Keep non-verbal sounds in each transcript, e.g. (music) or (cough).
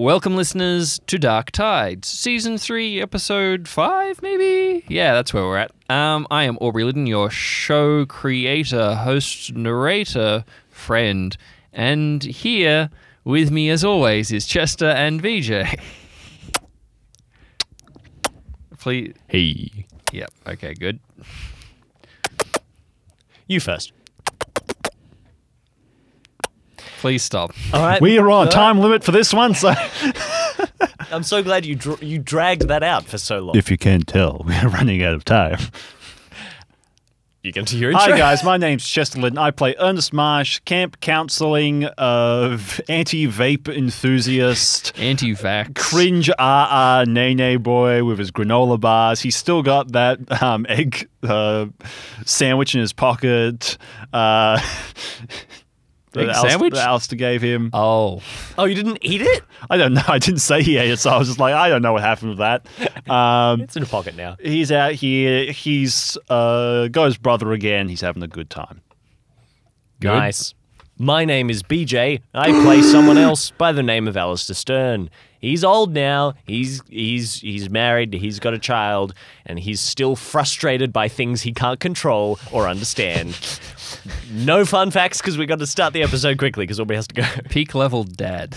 Welcome, listeners, to Dark Tides, Season 3, Episode 5, maybe? Yeah, that's where we're at. Um, I am Aubrey Lydon, your show creator, host, narrator, friend. And here with me, as always, is Chester and VJ. Please. Hey. Yep. Okay, good. You first. Please stop. All right. We are on a time limit for this one, so (laughs) I'm so glad you dr- you dragged that out for so long. if you can tell, we are running out of time. you can to your (laughs) Hi guys, my name's Chester Lynn. I play Ernest Marsh, camp counseling of anti-vape enthusiast, Anti vax. cringe ah ah nay nay boy with his granola bars. He's still got that um, egg uh, sandwich in his pocket. Uh, (laughs) that Egg Alst- sandwich? that Alistair gave him. Oh. Oh, you didn't eat it? I don't know. (laughs) I didn't say he ate it, so I was just like, I don't know what happened with that. Um, It's in a pocket now. he's out here. He's uh, got his brother again. He's having a good time. Good. Nice. My name is BJ. I play someone (gasps) else by the name of Alistair Stern. He's old now. He's he's he's married. He's got a child, and he's still frustrated by things he can't control or understand. no fun facts because we got to start the episode quickly because Aubrey has to go. Peak level dad.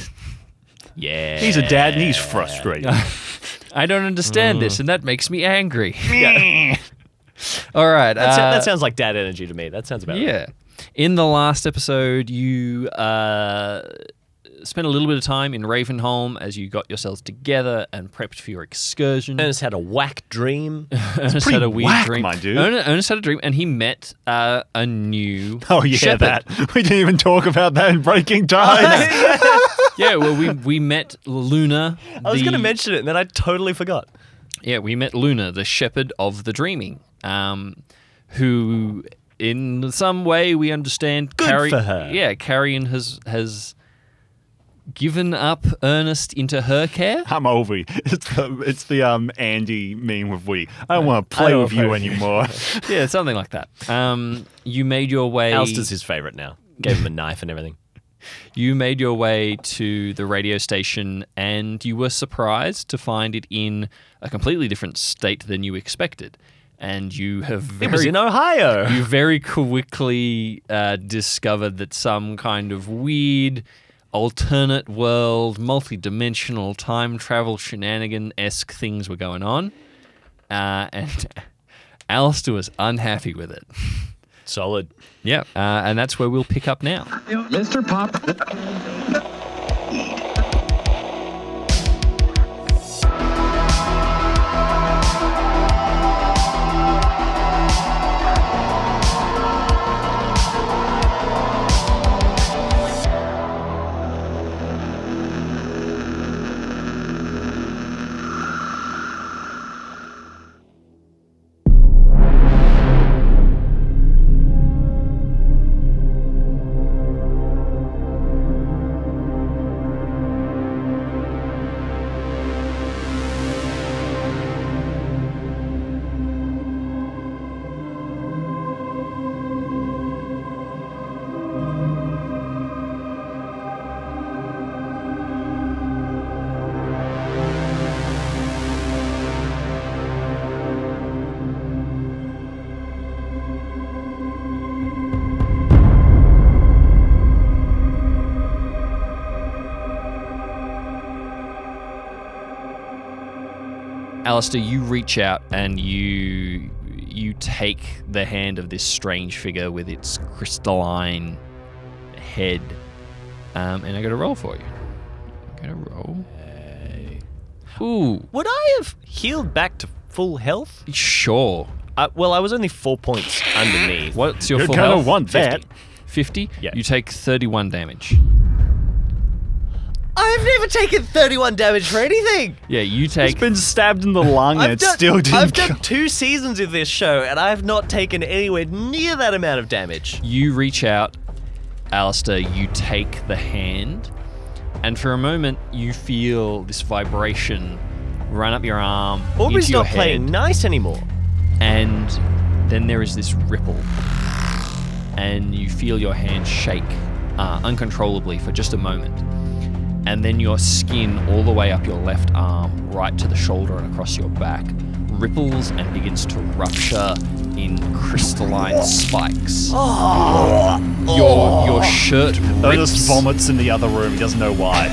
Yeah. He's a dad and he's frustrated. (laughs) I don't understand this, and that makes me angry. (laughs) All right. That sa- uh, that sounds like dad energy to me. That sounds about right. Yeah. In the last episode, you uh, spent a little bit of time in Ravenholm as you got yourselves together and prepped for your excursion. (laughs) Ernest had a whack dream. Ernest pretty had a weird whack, dream. my dude. Ern- Ernest, had a dream, and he met uh, a new. (laughs) Oh yeah, shepherd. that we didn't even talk about that in Breaking (laughs) Ties. yeah. Well, we we met Luna. (laughs) I was the- going to mention it, and then I totally forgot. Yeah, we met Luna, the shepherd of the dreaming, um, who, in some way, we understand. Good for her. Yeah, Carrion has has given up Ernest into her (laughs) care. I'm over you. It's the it's the um Andy meme with we. I don't want to I play don't with wanna you play with you. (laughs) anymore. yeah, something like that. Um, you made your way. Alistair's his favorite now. Gave him a knife and (laughs) everything. You made your way to the radio station, and you were surprised to find it in a completely different state than you expected. And you have very It was in Ohio. you very quickly uh, discovered that some kind of weird alternate world, multi-dimensional time travel shenanigan-esque things were going on, uh, and (laughs) Alistair was unhappy with it. (laughs) Solid. Yeah, uh, and that's where we'll pick up now. Mr. Pop. Alistair, you reach out and you you take the hand of this strange figure with its crystalline head, um, and I got a roll for you. I got a roll. Ooh, Would I have healed back to full health? sure. Uh, well, I was only four points underneath. What's your You're full gonna health? want that. 50? Yeah. You take 31 damage. I've never taken 31 damage for anything. Yeah, you He's take. been stabbed in the lung and I've it done, still didn't. I've (laughs) kill- done two seasons of this show, and I've not taken anywhere near that amount of damage. You reach out, Alistair, you take the hand, and for a moment you feel this vibration run up your arm. Aubrey's into your not playing head, nice anymore. And then there is this ripple, and you feel your hand shake uh, uncontrollably for just a moment. and then your skin all the way up your left arm, right to the shoulder and across your back, ripples and begins to rupture in crystalline spikes. Your your shirt rips. Ernest vomits in the other room. He doesn't know why.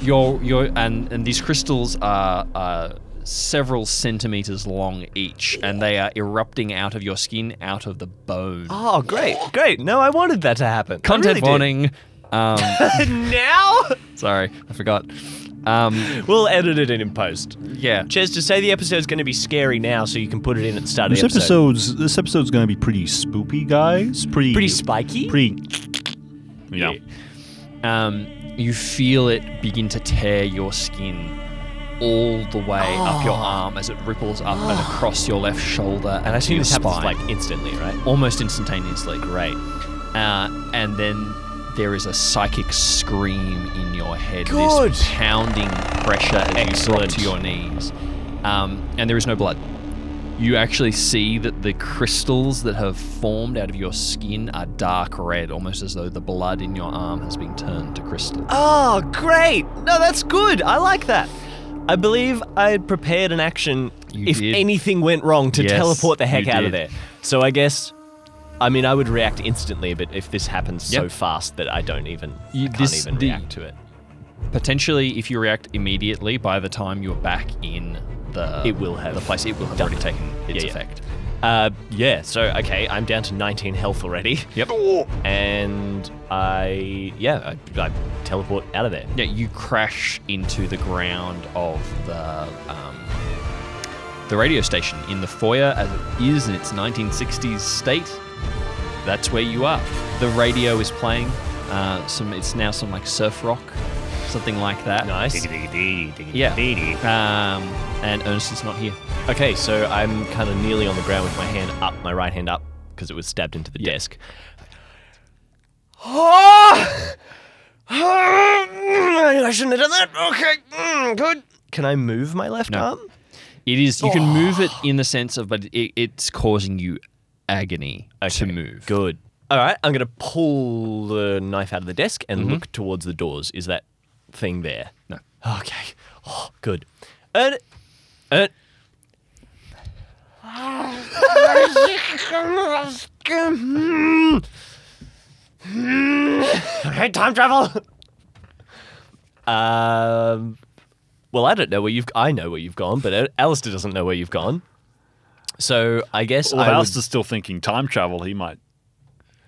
Your your and and these crystals are uh, several centimeters long each, and they are erupting out of your skin, out of the bone. Oh, great, great. No, I wanted that to happen. I Content really did. warning. Um, (laughs) (laughs) now? sorry, I forgot. Um, We'll edit it in in post. yeah. Cheers to say the episode's going to be scary now, so you can put it in at the start of This the episode. episode's this episode's gonna be pretty spoopy, guys. Pretty Pretty spiky. Pretty. You know. um, you feel it begin to tear your skin all the way up Oh. your arm as it ripples up (gasps) and across your left shoulder and, and I to assume your this happens spine, like instantly, right? almost instantaneously. Great. Uh, and then there is a psychic scream in your head. Good. This pounding pressure as Excellent. you drop to your knees. Um, and there is no blood. You actually see that the crystals that have formed out of your skin are dark red, almost as though the blood in your arm has been turned to crystal. Oh, great. No, that's good. I like that. I believe I had prepared an action You if did. anything went wrong to Yes, teleport the heck you out of there. did. So I guess, I mean, I would react instantly, but if this happens so Yep. fast that I don't even, You- can't this- even the- react to it. Potentially, if you react immediately, by the time you're back in the It will have the place, it will have done already it. taken its Yeah, yeah. effect. Uh, yeah, so, okay, I'm down to 19 health already. (laughs) Yep. And I, yeah, I, I teleport out of there. Yeah, you crash into the ground of the um, the radio station in the foyer as it is in its 1960s state. That's where you are. The radio is playing. Uh, some it's now some like surf rock, something like that. Nice. Yeah. Um, and Ernest is not here. Okay, so I'm kind of nearly on the ground with my hand up, my right hand up, because it was stabbed into the (gasps) desk. I shouldn't have done that. Okay, mm, good. Can I move my left No. arm? It is you can move it in the sense of, but it, it's causing you agony Okay, to move. Good. All right, I'm going to pull the knife out of the desk and look towards the doors. Is that thing there? No. Okay. Oh, good. Ern. Ern. okay, time travel. Um. Well, I don't know where you've. I know where you've gone, but Al- Alistair doesn't know where you've gone. So I guess Well, if I, would- Alistair's still thinking time travel, he might.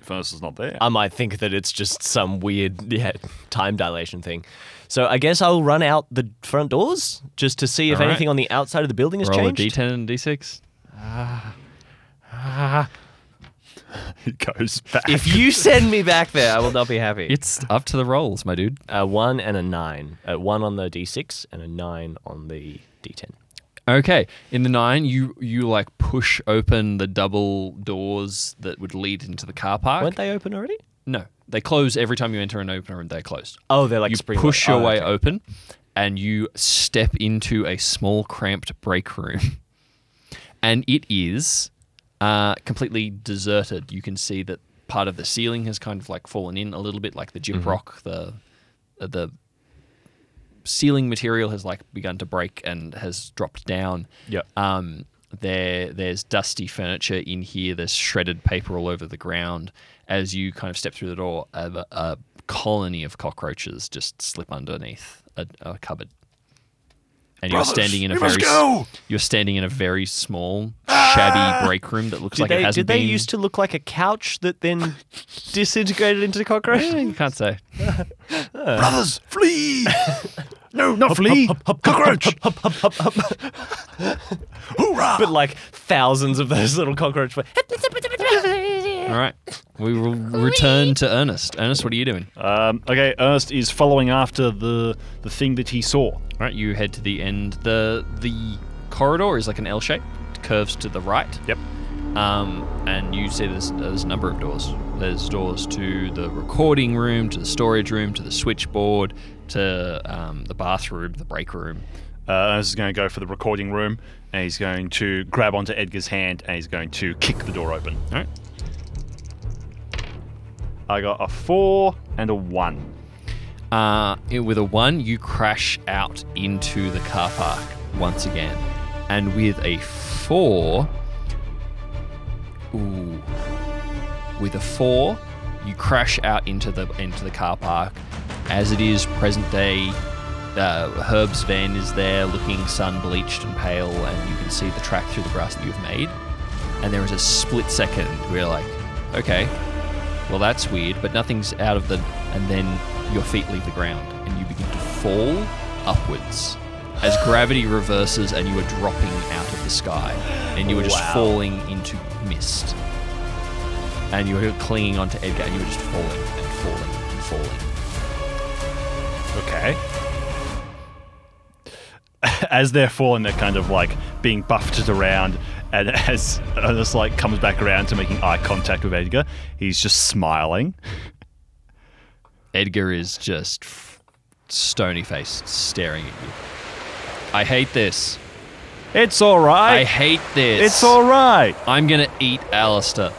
If Ernest is not there. I might think that it's just some weird (laughs) yeah, time dilation thing. So I guess I'll run out the front doors just to see if All right. anything on the outside of the building has Roll changed. a d10 and d6. (laughs) he goes back. If (laughs) you send me back there, I will not be happy. It's up to the rolls, my dude. A one and a nine. A one on the d6 and a nine on the d10. Okay, in the nine, you you like push open the double doors that would lead into the car park. Weren't they open already? No, they close every time you enter an opener, and they're closed. Oh, they're like you spring push lock- your oh, way okay. open, and you step into a small, cramped break room, (laughs) and it is uh, completely deserted. You can see that part of the ceiling has kind of like fallen in a little bit, like the Mm-hmm. gyprock, rock, the uh, the ceiling material has like begun to break and has dropped down. Yep. Um, there, there's dusty furniture in here. There's shredded paper all over the ground. As you kind of step through the door, a, a colony of cockroaches just slip underneath a, a cupboard. And you're standing in a very s- you're standing in a very small, shabby break room that looks Did, like it they, hasn't did they been. used to look like a couch (laughs) that then disintegrated into cockroaches? (laughs) You can't say. Brothers, flee! Uh, (laughs) no, not flee! Cockroach! Hoorah! but like thousands of those little cockroach. (laughs) All right, we will return to Ernest. Ernest, what are you doing? All Um, okay, Ernest is following after the the thing that he saw. right, you head to the end. the The corridor is like an L shape, curves to the right. Yep. Um, and you see there's, there's a number of doors. There's doors to the recording room, to the storage room, to the switchboard, to um, the bathroom, the break room. Uh, Ernest is going to go for the recording room, and he's going to grab onto Edgar's hand, and he's going to kick the door open. All right. I got a four and a one. Uh, with a one, you crash out into the car park once again. And with a four, ooh, with a four, you crash out into the into the car park. As it is present day, uh, Herb's van is there, looking sun bleached and pale, and you can see the track through the grass that you've made. And there is a split second where you're like, okay, well that's weird, but nothing's out of the. And then your feet leave the ground, and you begin to fall upwards. As gravity reverses and you are dropping out of the sky, and you are just Wow. falling into mist and you were clinging onto Edgar, and you were just falling and falling and falling. Okay. (laughs) As they're falling, they're kind of like being buffeted around, and (laughs) as Ernest like comes back around to making eye contact with Edgar, he's just smiling. Edgar is just f- stony faced, staring at you. I hate this. It's all I, right. hate this. it's all right. I'm gonna eat Alistair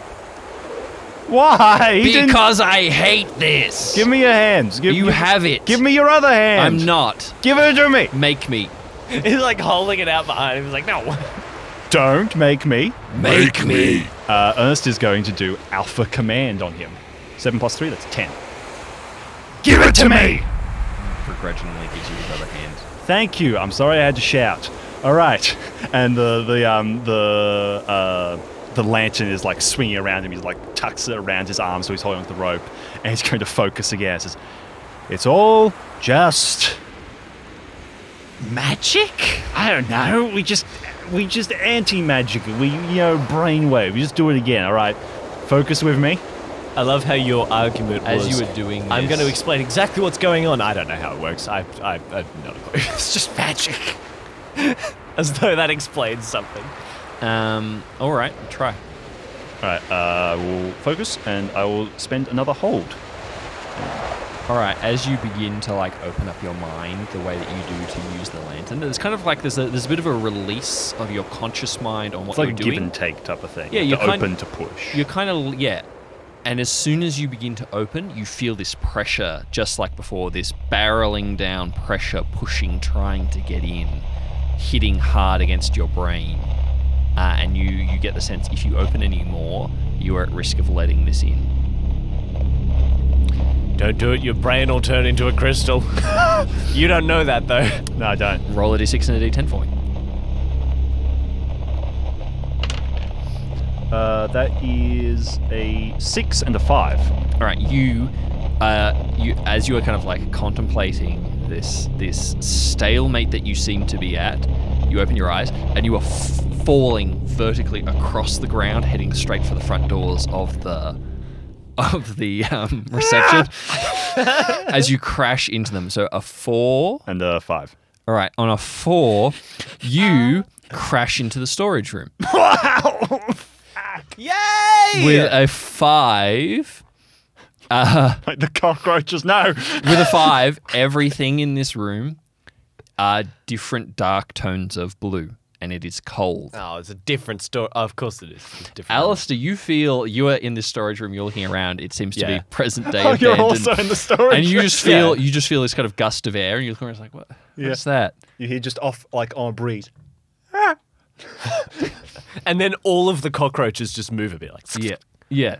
Why? He didn't- because I hate this. give me your hands. Give you give- have it. Give me your other hand. I'm not. Give it to me. Make me. He's like holding it out behind him. He's like, no. Don't make me. Make me. Uh, Ernest is going to do alpha command on him. Seven plus three. That's ten. Give it to me. Begrudgingly gives you his other hand. Thank you. I'm sorry I had to shout. All right, and the the um the uh the lantern is like swinging around him. He's like tucks it around his arm, so he's holding onto the rope, and he's going to focus again. It says, "It's all just magic. I don't know. We just we just anti magic. We you know brainwave. We just do it again. All right, focus with me. I love how your argument As was, you were doing (laughs) I'm this- going to explain exactly what's going on. I don't know how it works. I, I, I've not a clue. (laughs) it's just magic. (laughs) As though that explains something. Um. All right. Try. All right, uh, we'll focus, and I will spend another hold. All right, as you begin to like open up your mind the way that you do to use the lantern, there's kind of like there's a there's a bit of a release of your conscious mind on what It's like you're a doing. give and take type of thing. Yeah, you you're have to kind- open to push. You're kind of yeah, and as soon as you begin to open, you feel this pressure, just like before, this barreling down pressure, pushing, trying to get in, hitting hard against your brain, uh, and you you get the sense if you open any more, you are at risk of letting this in. Don't do it. Your brain will turn into a crystal. you don't know that, though. No, I don't. Roll a d6 and a d10 for me. Uh, that is a six and a five. All right, you, uh, you as you are kind of like contemplating this this stalemate that you seem to be at, you open your eyes and you are f- falling vertically across the ground, heading straight for the front doors of the of the um, reception as you crash into them. So a four. And a five. (laughs) All right, on a four, you crash into the storage room. Yay! With a five, Like the cockroaches, no! (laughs) with a five, everything in this room are different dark tones of blue, and it is cold. Oh, it's a different story. of course it is. It's different. Alistair, you feel you are in this storage room. You're looking around. It seems to Yeah. be (laughs) present day Oh, abandoned, you're also in the storage and you room. just feel you just feel this kind of gust of air, and you're looking around, it's like, what? Yeah. What's that? (laughs) You hear just off, like oh, on a breeze. (laughs) and then all of the cockroaches just move a bit, like, Yeah, yeah.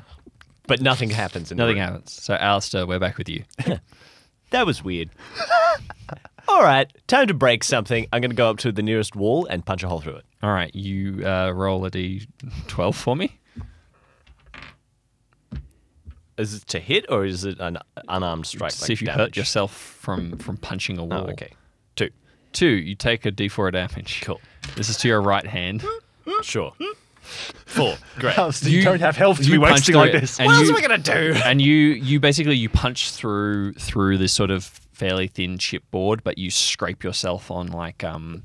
but nothing happens. In the Nothing room. happens. So, Alistair, we're back with you. (laughs) That was weird. (laughs) all right, time to break something. I'm going to go up to the nearest wall and punch a hole through it. All right, you uh, roll a d12 for me. Is it to hit or is it an unarmed strike? to like see if you hurt damage? yourself from from punching a wall. Oh, okay. Two. Two, you take a d4 damage. Cool. This is to your right hand. Sure. Four. (laughs) Great. you, don't have health to you be punch wasting through like it, this. and what else you- am I going to do? and you you basically you punch through through this sort of fairly thin chipboard, but you scrape yourself on like um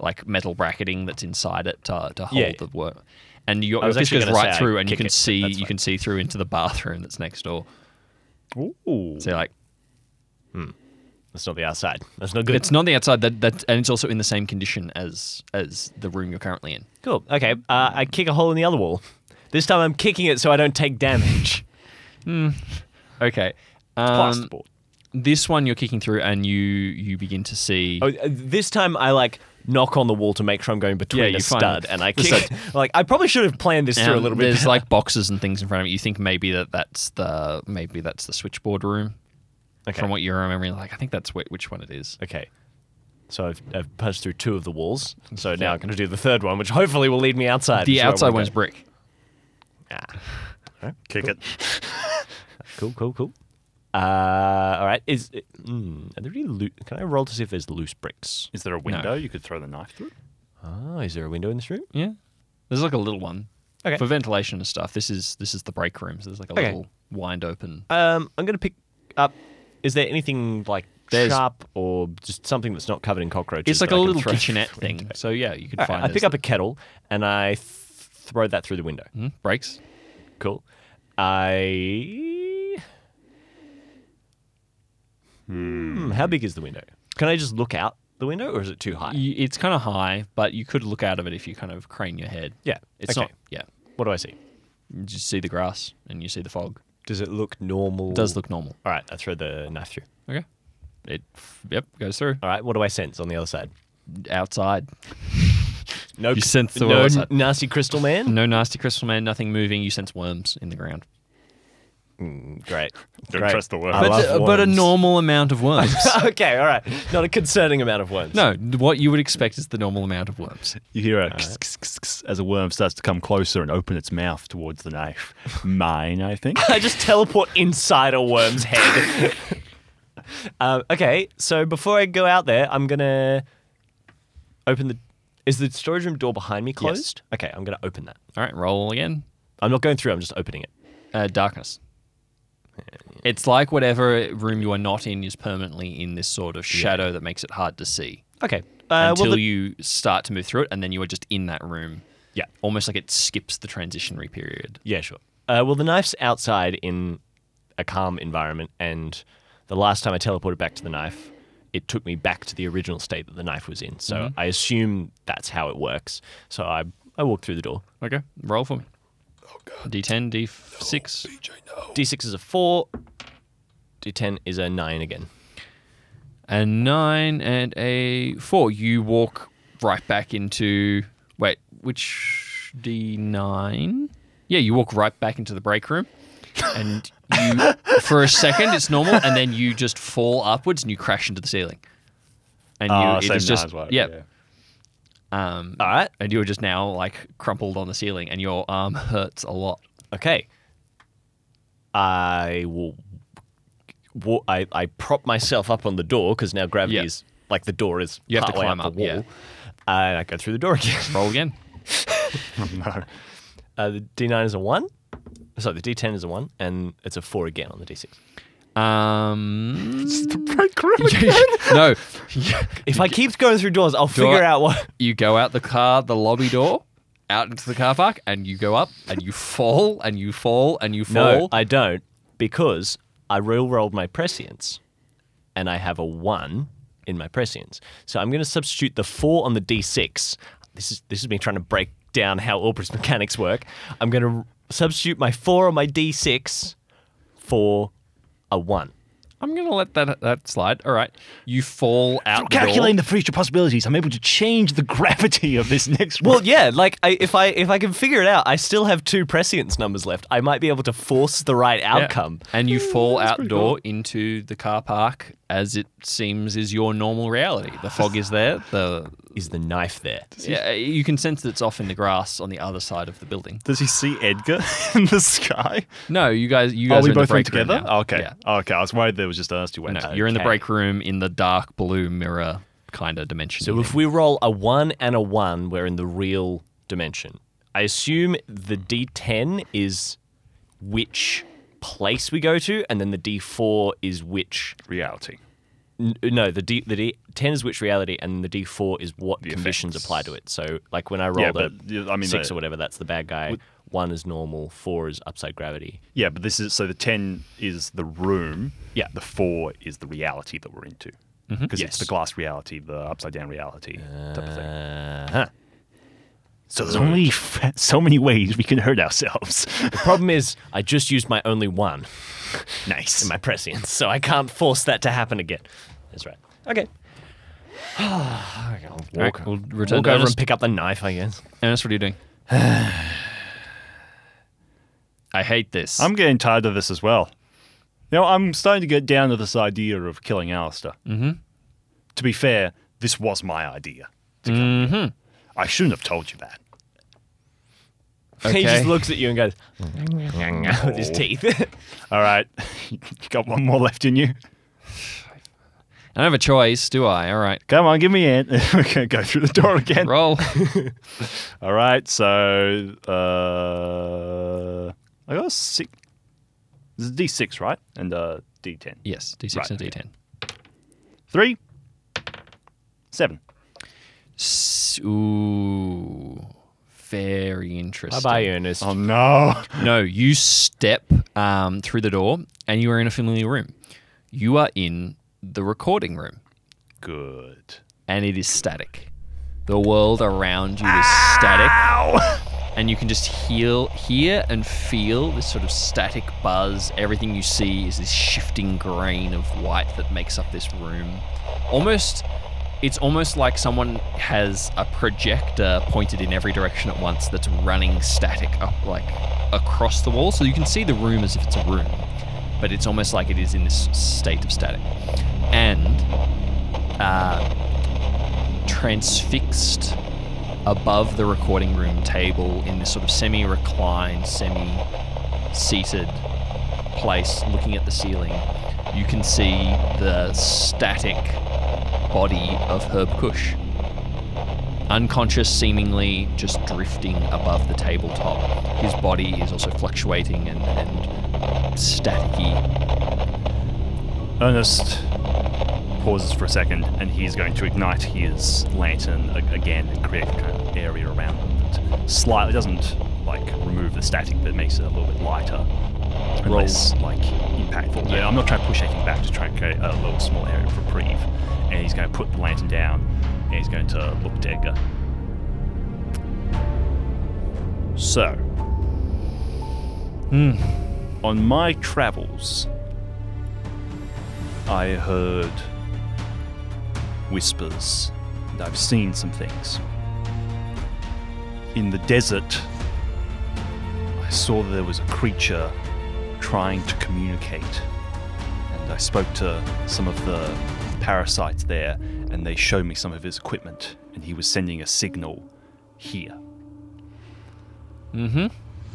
like metal bracketing that's inside it to, to hold Yeah. the work. And your, I your was fist actually Oh, goes gonna right say I through, and you kick can it, but see that's you fine. can see through into the bathroom that's next door. Ooh. So you're like That's not the outside. That's not good. it's not the outside that that and it's also in the same condition as as the room you're currently in. Cool. Okay. Uh, I kick a hole in the other wall. This time I'm kicking it so I don't take damage. Okay. (laughs) Um, Plasterboard. This one you're kicking through, and you you begin to see. Oh, uh, this time I like knock on the wall to make sure I'm going between Yeah, a you find stud, and I the kick. (laughs) like I probably should have planned this through a Um, little bit. There's like boxes and things in front of it. You think maybe that that's the maybe that's the switchboard room. (laughs) Okay. From what you're remembering, like I think that's wh- which one it is. Okay. So I've, I've punched through two of the walls. So now I'm going to do the third one, which hopefully will lead me outside. The which is where I outside wanna one's go. brick. Ah, Kick it. cool, cool, cool. Uh, all right. Is it, mm, are there any loo- Can I roll to see if there's loose bricks? Is there a window you could throw the knife through? Oh, is there a window in this room? Yeah. There's like a little one. Okay. For ventilation and stuff. This is this is the break room. So there's like a Okay. little wind open. Um, I'm going to pick up. Is there anything like There's- sharp or just something that's not covered in cockroaches? It's like that a I can little throw kitchenette through? thing. So yeah, you could All right, find. (laughs) I pick up a kettle and I th- throw that through the window. a Hmm? breaks. Cool. I. Hmm. How big is the window? Can I just look out the window, or is it too high? You, it's kind of high, but you could look out of it if you kind of crane your head. Yeah, It's okay. not. Yeah. What do I see? You just see the grass and you see the fog. Does it look normal? It does look normal. All right. I throw the knife through. Okay. It. Yep. Goes through. All right. What do I sense on the other side? Outside. No. You c- sense the no outside. nasty crystal man. No nasty crystal man. Nothing moving. You sense worms in the ground. Great. (laughs) Great. Don't uh, trust the word. I But- But, uh, love but a worms. normal amount of (laughs) worms. (laughs) okay. All right. Not a concerning amount of worms. no, what you would expect is the normal amount of worms. You hear a kss, kss, kss, kss as a worm starts to come closer and open its mouth towards the knife. Mine, I think. I just teleport inside a worm's head. (laughs) um, okay, so before I go out there, I'm gonna open the. Is the storage room door behind me closed? Okay, I'm gonna open that. All right, roll again. I'm not going through. I'm just opening it. Uh, darkness. It's like whatever room you are not in is permanently in this sort of shadow that makes it hard to see Okay. Uh, until well, the- you start to move through it, and then you are just in that room. Yeah. almost like it skips the transitionary period. Yeah, sure. Uh, well, the knife's outside in a calm environment, and the last time I teleported back to the knife, it took me back to the original state that the knife was in. So Mm-hmm. I assume that's how it works. So I I walk through the door. Okay, roll for me. Oh, D10, D6. Oh. D6 is a four. D10 is a nine again. A nine and a four. You walk right back into wait, which D nine? Yeah, you walk right back into the break room, and you for a second it's normal, and then you just fall upwards and you crash into the ceiling. And you, Ah, it same is just knives work, yeah, yeah. Um, All right. and you are just now like crumpled on the ceiling, and your arm hurts a lot. Okay. I will. wa- I, I prop myself up on the door because now gravity Yeah. is like the door is You have to partway climb up up, the wall. yeah. And I go through the door again. Roll again. no. Uh, the D9 is a one. Sorry, the D10 is a one, and it's a four again on the D6. (laughs) Um, (laughs) It's the break room. no, (laughs) If I keep going through doors, I'll Door- figure out what. you go out the car, the lobby door, out into the car park, and you go up and you fall and you fall and you fall. (laughs) No, I don't, because I real rolled my prescience, and I have a one in my prescience. So I'm going to substitute the four on the d6. This is this is me trying to break down how Albra's (laughs) mechanics work. I'm going to substitute my four on my d6 for a one. I'm gonna let that that slide. All right, you fall out. the door. Calculating the future possibilities, I'm able to change the gravity of this next Well, yeah, like I, if I if I can figure it out, I still have two prescience numbers left. I might be able to force the right Yeah. outcome. and you fall out the door into the car park as it seems is your normal reality. The fog is there. The Is the knife there? yeah, you can sense that it's off in the grass on the other side of the building. Does he see Edgar (laughs) in the sky? No, you guys, you Are guys we are in the both in break room together? Oh, now. okay. Yeah. Okay. I was worried there was just us two went. No, You're in the Okay. break room in the dark blue mirror kind of dimension. So if we roll a one and a one, we're in the real dimension. I assume the D10 is which place we go to, and then the D4 is which. Reality. n- No, the D the D10 is which reality, and the D4 is what conditions effects. apply to it. So like when I Yeah, rolled but a yeah, I mean, six or the, whatever, that's the bad guy. one is normal. Four is upside gravity. yeah, but this is so the ten is the room. Yeah. The four is the reality that we're into because it's Yes. the glass reality, the upside down reality type of thing. Uh-huh. So there's only f- so many ways we can hurt ourselves. Problem is, I just used my only one. (laughs) Nice. in my prescience, so I can't force that to happen again. That's right. Okay. I'll walk, we'll return walk to over Ernest. and pick up the knife, I guess. Ernest, what are you doing? (sighs) I hate this. I'm getting tired of this as well. You know, I'm starting to get down to this idea of killing Alistair. Mm-hmm. To be fair, this was my idea. to kill him. I shouldn't have told you (laughs) that. (laughs) he Okay. just looks at you and goes with his teeth. (laughs) All right, (laughs) you got one more left in you. I don't have a choice, do I? All (laughs) right. Come on, give me in. We're gonna go through the door again. Roll. All right, so uh, I got a six. This is D six, right? And uh, D ten. yes, D6 Right, and okay. D10. Three, seven. S- Ooh. Very interesting. Bye, Ernest. Oh no! No, you step um, through the door and you are in a familiar room. You are in the recording room Good. and it is static. The world around you is static. And you can just heal, hear and feel this sort of static buzz. Everything you see is this shifting grain of white that makes up this room. Almost, it's almost like someone has a projector pointed in every direction at once that's running static up, like across the wall. So you can see the room as if it's a room, but it's almost like it is in this state of static. And uh, transfixed above the recording room table in this sort of semi reclined, semi seated place, looking at the ceiling, you can see the static body of Herb Kush. Unconscious, seemingly just drifting above the tabletop. His body is also fluctuating and, and staticky. Ernest pauses for a second, and he's going to ignite his lantern a- again and create a kind of area around them that slightly doesn't like remove the static, but makes it a little bit lighter and Roll. less like impactful. Yeah, I'm not trying to push anything back, just trying to create a little small area of reprieve. And he's going to put the lantern down, and he's going to look to Edgar. So, hmm, on my travels, I heard whispers, and I've seen some things. In the desert, I saw that there was a creature trying to communicate, and I spoke to some of the parasites there, and they showed me some of his equipment, and he was sending a signal here. Mm hmm.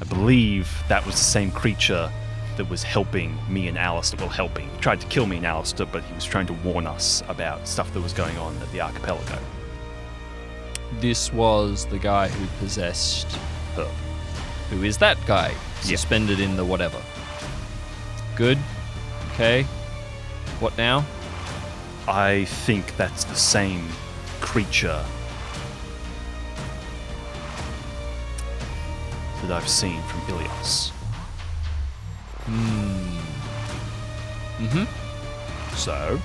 I believe that was the same creature that was helping me and Alistair. Well, helping. He tried to kill me and Alistair, but he was trying to warn us about stuff that was going on at the archipelago. This was the guy who possessed Herb. Who is that guy? Yeah. Suspended in the whatever. Good. Okay. What now? I think that's the same creature that I've seen from Ilios. Mm-hmm. So,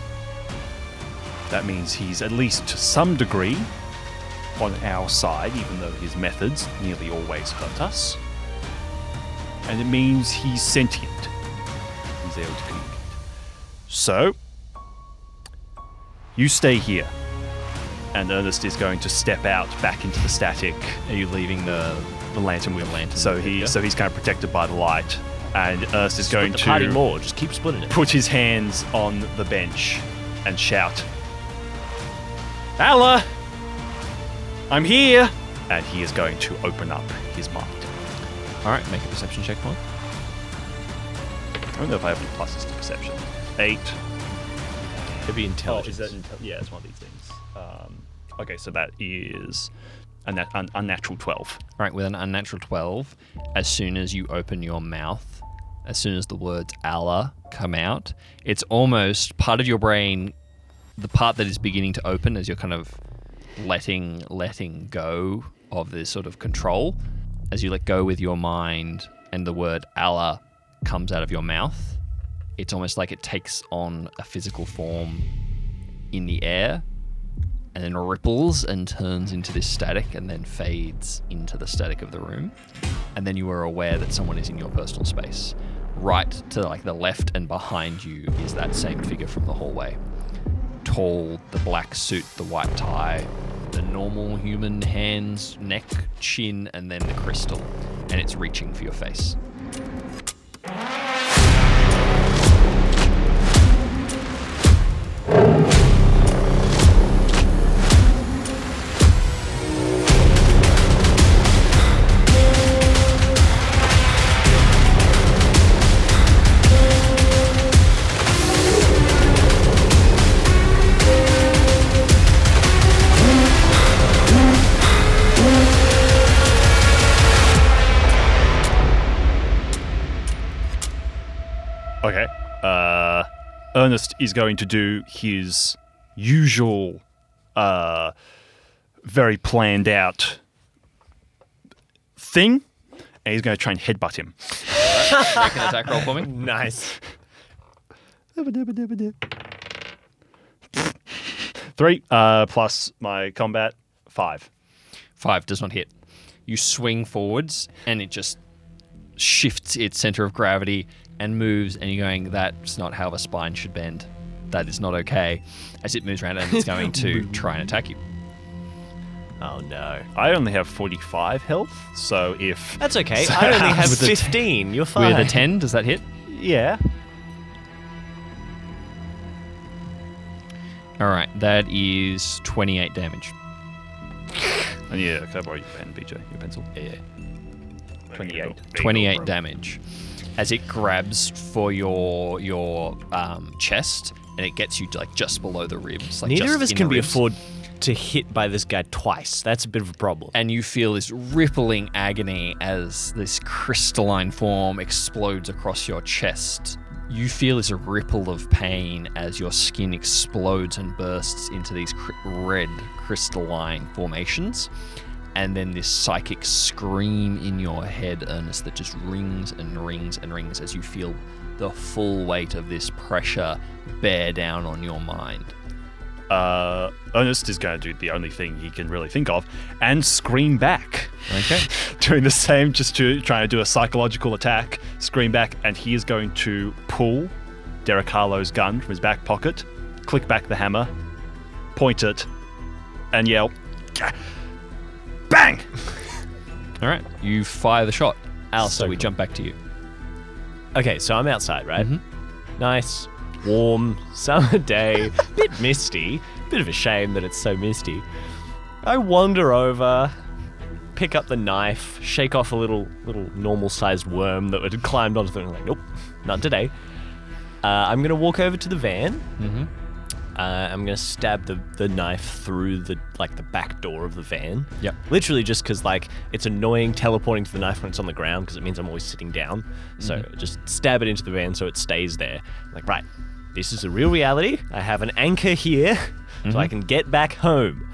that means he's at least to some degree on our side, even though his methods nearly always hurt us. And it means he's sentient. He's able to communicate. So, you stay here. And Ernest is going to step out back into the static. Are you leaving the The lantern with lantern So with he, Edgar? so he's kind of protected by the light. And Ernest is going the to party more. Just keep splitting (laughs) it. put his hands on the bench and shout, Allah, I'm here! And he is going to open up his mind. Alright, make a perception check for me. I don't know if I have any pluses to perception. Eight. Oh, It'd be intelligence. yeah, it's one of these things. Um, okay, so that is an un- unnatural 12. Alright, with an unnatural twelve, as soon as you open your mouth, as soon as the words Allah come out, it's almost part of your brain the part that is beginning to open as you're kind of letting letting go of this sort of control as you let go with your mind and the word Allah comes out of your mouth it's almost like it takes on a physical form in the air and then ripples and turns into this static and then fades into the static of the room and then you are aware that someone is in your personal space right to like the left and behind you is that same figure from the hallway. Tall, the black suit, the white tie, the normal human hands, neck, chin, and then the crystal. And it's reaching for your face. Okay. Uh, Ernest is going to do his usual, uh, very planned out thing, and he's going to try and headbutt him. Make an attack roll for me. Nice. (laughs) Three uh, plus my combat, five. Five does not hit. You swing forwards and it just shifts its center of gravity and moves, and you're going, that's not how a spine should bend. That is not okay. As it moves around and it's going (laughs) to try and attack you. Oh no. Uh, I only have 45 health, so if. That's okay. I only have With a t- 15. You're fine. (laughs) With a 10, does that hit? Yeah. All right, that is 28 damage. And yeah, can I borrow your pen, BJ? Your pencil? Yeah. 28. 28 damage as it grabs for your your um, chest and it gets you to like just below the ribs. Like Neither just of us in can the be ribs. afford to hit by this guy twice. That's a bit of a problem. and you feel this rippling agony as this crystalline form explodes across your chest. You feel this ripple of pain as your skin explodes and bursts into these cr- red crystalline formations. And then this psychic scream in your head, Ernest, that just rings and rings and rings as you feel the full weight of this pressure bear down on your mind. Uh, Ernest is going to do the only thing he can really think of and scream back. (laughs) (laughs) Okay. doing the same, just to trying to do a psychological attack, scream back, and he is going to pull Derek Harlow's gun from his back pocket, click back the hammer, point it, and yell, "Gah!" "Bang!" All right. You fire the shot. Al, so So we cool. jump back to you. Okay, so I'm outside, right? Nice, warm, (laughs) summer day, bit misty. Bit of a shame that it's so misty. I wander over, pick up the knife, shake off a little little normal sized worm that had climbed onto the I'm like, nope, not today. Uh, I'm gonna walk over to the van. Mm-hmm. Uh, I'm gonna stab the, the knife through the like the back door of the van. Yep. Literally just because like it's annoying teleporting to the knife when it's on the ground because it means I'm always sitting down. So Mm-hmm. just stab it into the van so it stays there. Like right, this is a real reality. I have an anchor here, (laughs) so Mm-hmm. I can get back home.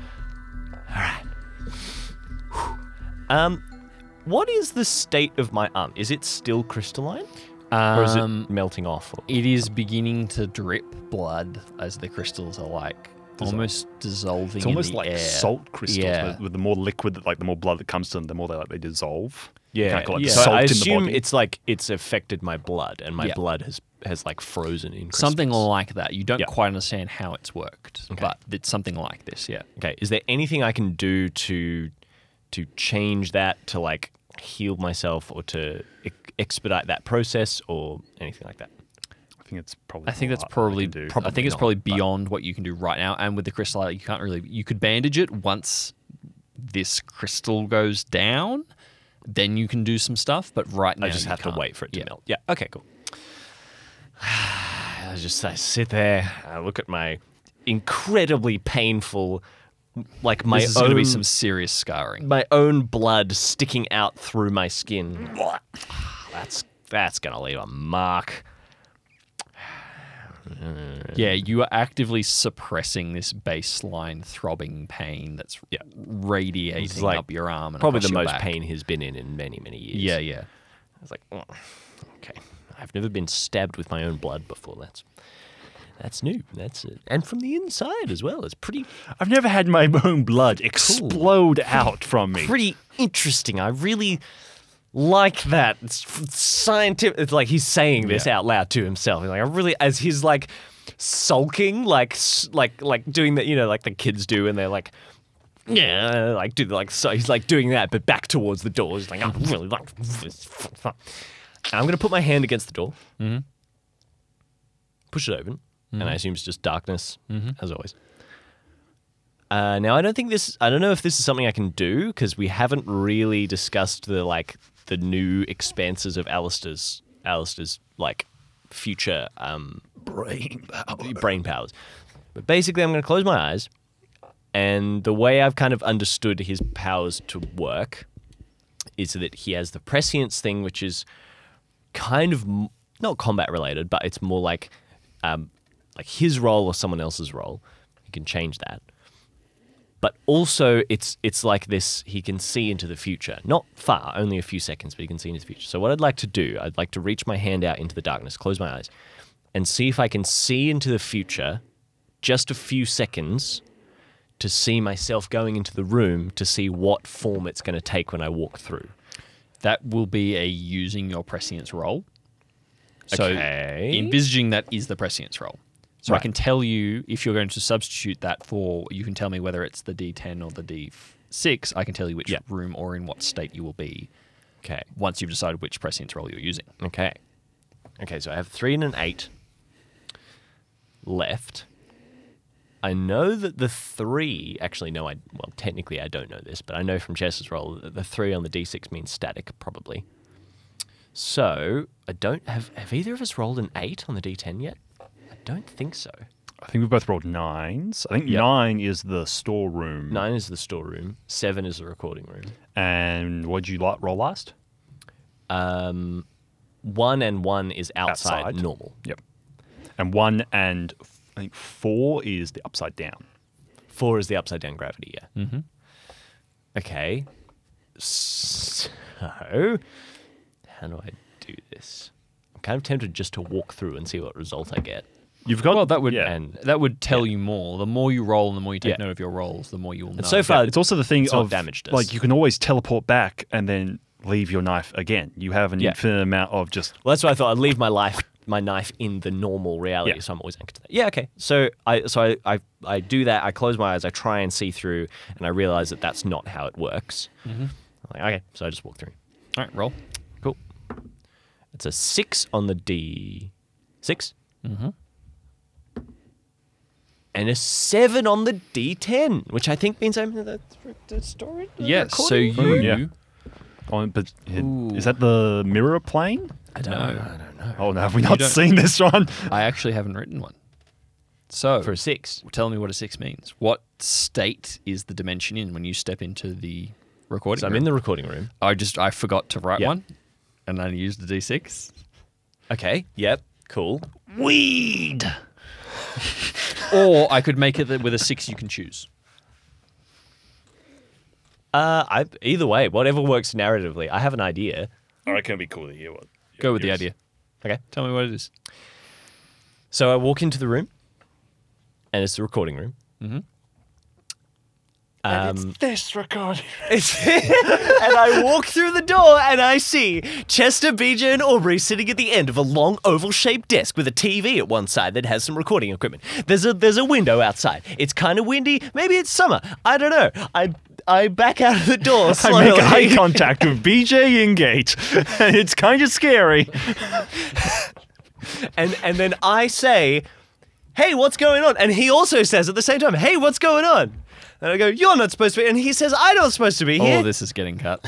All right. Whew. Um, what is the state of my arm? Is it still crystalline? or is it Um, melting off? It is beginning to drip blood as the crystals are like almost dissolving. It's almost in the like air. salt crystals. Yeah. With, with the more liquid, that, like the more blood that comes to them, the more they like they dissolve. Kinda like, the So salt I in the assume body. it's like it's affected my blood, and my Yeah. blood has has like frozen in crystals. something like that. You don't Yeah. quite understand how it's worked, but it's something like this. Yeah. Okay, is there anything I can do to to change that to like heal myself or to ex- expedite that process or anything like that? I think it's probably. I think all that's I can probably, do. I think it's not, probably beyond what you can do right now. And with the crystal, you can't really. You could bandage it once this crystal goes down. Then you can do some stuff, but right now I just you have can't. to wait for it to Yeah. melt. Yeah. Okay. Cool. (sighs) I just I sit there. I look at my incredibly painful, like my This is own going to be some serious scarring. my own blood sticking out through my skin. Ah, That's that's gonna leave a mark. Yeah, you are actively suppressing this baseline throbbing pain that's Yeah. It's radiating like up your arm. And Probably across the your most back. pain he's been in in many many years. Yeah, yeah. I was like, "Oh, okay, I've never been stabbed with my own blood before. That's that's new. That's it. and from the inside as well. It's pretty I've never had (laughs) my own blood explode out from me. pretty interesting. I really like that. It's f- scientific. It's like he's saying this Yeah. out loud to himself. He's like, I really, as he's like sulking, like, s- like, like doing that, you know, like the kids do, and they're like, yeah, like do the, like so. He's like doing that, but back towards the door. He's like, I really like. This. I'm gonna put my hand against the door, Mm-hmm. push it open, and I assume it's just darkness Mm-hmm. as always. Uh, now I don't think this. I don't know if this is something I can do because we haven't really discussed the like the new expanses of Alistair's Alistair's like future um, Brain power. (laughs) brain powers. But basically, I'm going to close my eyes, and the way I've kind of understood his powers to work is that he has the prescience thing, which is kind of m- not combat related, but it's more like um, like his role or someone else's role. He can change that. But also, it's it's like this. He can see into the future, not far, only a few seconds, but he can see into the future. So what I'd like to do, I'd like to reach my hand out into the darkness, close my eyes, and see if I can see into the future, just a few seconds, to see myself going into the room to see what form it's going to take when I walk through. That will be a using your prescience roll. So Okay. envisaging that is the prescience roll. So I Right. can tell you if you're going to substitute that for. You can tell me whether it's the D10 or the D6. I can tell you which Yeah. room or in what state you will be Okay. once you've decided which prescience roll you're using. Okay. Okay, so I have three and an eight left. I know that the three, actually, no, I, well, technically I don't know this, but I know from Chess's role that the three on the d6 means static, probably. So I don't have, have either of us rolled an eight on the d10 yet? I don't think so. I think we both rolled nines. I think nine is the storeroom. Nine is the storeroom, seven is the recording room. And what would you like roll last? One and one is outside, Outside. normal. Yep. And one and f- I think four is the upside down. Four is the upside down gravity, yeah. Mm-hmm. Okay. So, how do I do this? I'm kind of tempted just to walk through and see what result I get. You've got Well, that would yeah. and- that would tell you more. The more you roll and the more you take Yeah. note of your rolls, the more you will know. And so far, it's also the thing Uh, it's not of damaged us. like you can always teleport back and then leave your knife again. You have an Yeah. infinite amount of just Well, that's why I thought I'd leave my life, my knife in the normal reality, Yeah. so I'm always anchored to that. Yeah, okay. So I, so I, I, I do that. I close my eyes. I try and see through, and I realize that that's not how it works. Mm-hmm. I'm like, okay, so I just walk through. All right, roll. Cool. It's a six on the D. 6 Mm-hmm. And a seven on the D10, which I think means I'm in the, the story. the Yes. So you. recording yeah. on. But it- Ooh. is that the mirror plane? I don't know. Oh no, have we not don't- seen this one? (laughs) I actually haven't written one. So For a six. tell me what a six means. What state is the dimension in when you step into the recording? So I'm room? in the recording room. I just I forgot to write Yeah. one, and I used the d6. Okay. Yep. Cool. Weed. Or I could make it that with a six you can choose. Uh, I, either way, whatever works narratively, I have an idea. I reckon it'd be cool to hear what. Go with the idea. Okay. Tell me what it is. So I walk into the room, and it's the recording room. Mm-hmm. Um, it's this recording. (laughs) and I walk through the door and I see Chester, BJ, and Aubrey sitting at the end of a long oval-shaped desk with a TV at one side that has some recording equipment. There's a there's a window outside. It's kind of windy. Maybe it's summer. I don't know. I I back out of the door (laughs) I slowly. (laughs) make eye contact with BJ Ingate, (laughs) and it's kind of scary. and and then I say, "Hey, what's going on?" And he also says at the same time, "Hey, what's going on?" And I go, "You're not supposed to be." And he says, "I'm not supposed to be here." Oh, this is getting (laughs) cut.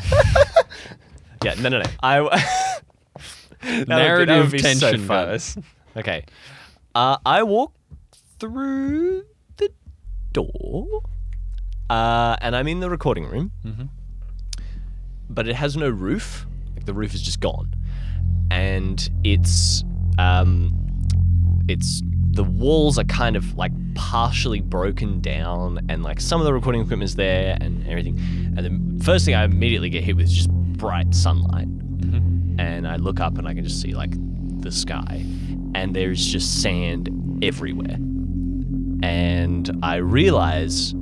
Yeah, no, no, no. I (laughs) that would be- that Narrative would be so tension, fun. guys. Okay, uh, I walk through the door, uh, and I'm in the recording room, but it has no roof. Like the roof is just gone, and it's um, it's the walls are kind of like partially broken down and like some of the recording equipment is there and everything and the first thing i immediately get hit with is just bright sunlight and i look up and i can just see like the sky and there's just sand everywhere and i realize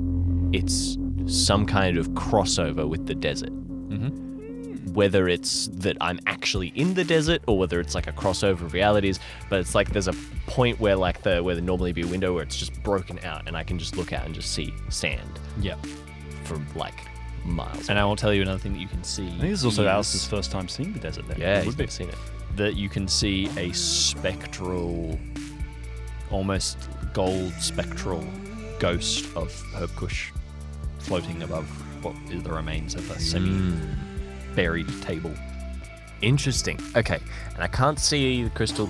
it's some kind of crossover with the desert Mm-hmm. whether it's that I'm actually in the desert or whether it's like a crossover of realities. But it's like there's a point where like the where there normally be a window where it's just broken out and I can just look out and just see sand Yeah. from like miles. And I will tell you another thing that you can see. I think this is also Alice's first time seeing the desert. Then. yeah, It he's would be. never seen it. that you can see a spectral, almost gold spectral ghost of Herb Kush floating above what is the remains of a semi buried table. Interesting. Okay, and I can't see the crystal.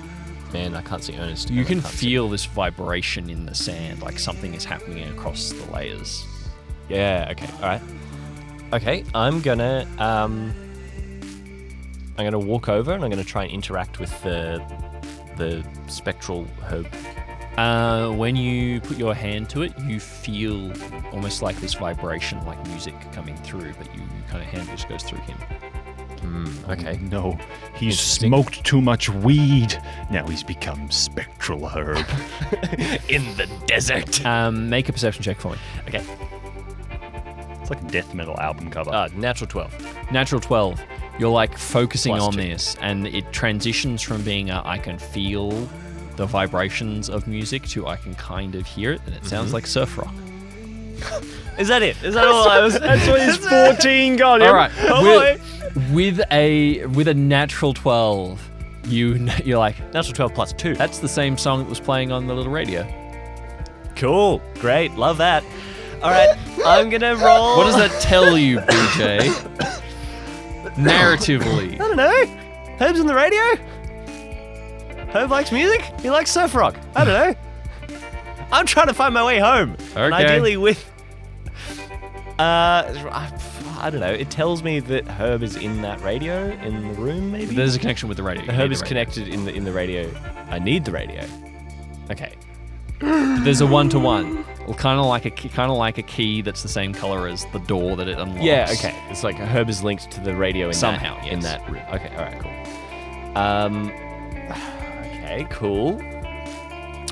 Man, I can't see Ernest. You and I can can't see- feel this vibration in the sand, like something is happening across the layers. Yeah, okay. All right. Okay, I'm going to um I'm going to walk over and I'm going to try and interact with the the spectral herb. Uh, when you put your hand to it, you feel almost like this vibration, like music coming through, but you, you kind of hand just goes through him. Okay. No, he's Interesting. smoked too much weed. Now he's become spectral (laughs) herb. In the desert. (laughs) Um, make a perception check for me. Okay. it's like a death metal album cover. Uh, natural 12. Natural 12. You're like focusing Plus on two. this, and it transitions from being a, I can feel the vibrations of music to I can kind of hear it, and it Mm-hmm. sounds like surf rock. Is that it? (laughs) Is that all I was That's what he's 14. God, All right, Oh with, with a with a natural 12, you you're like Natural 12 plus 2. that's the same song that was playing on the little radio. cool. Great. Love that. All (laughs) right. I'm going to roll. What does that tell (laughs) you, BJ? Narratively. I don't know. Herb's on the radio. Herb likes music. He likes surf rock. I don't know. I'm trying to find my way home. And Okay. ideally with. Uh, I, I don't know. It tells me that Herb is in that radio in the room, maybe. There's a connection with the radio. You Herb need is the radio. connected in the in the radio. I need the radio. Okay. There's a one to one, kind of like a kind of like a key that's the same color as the door that it unlocks. Yeah. Okay. It's like Herb is linked to the radio in Somehow, That, In yes. that room. Okay. All right. Cool. Um. Okay. Cool.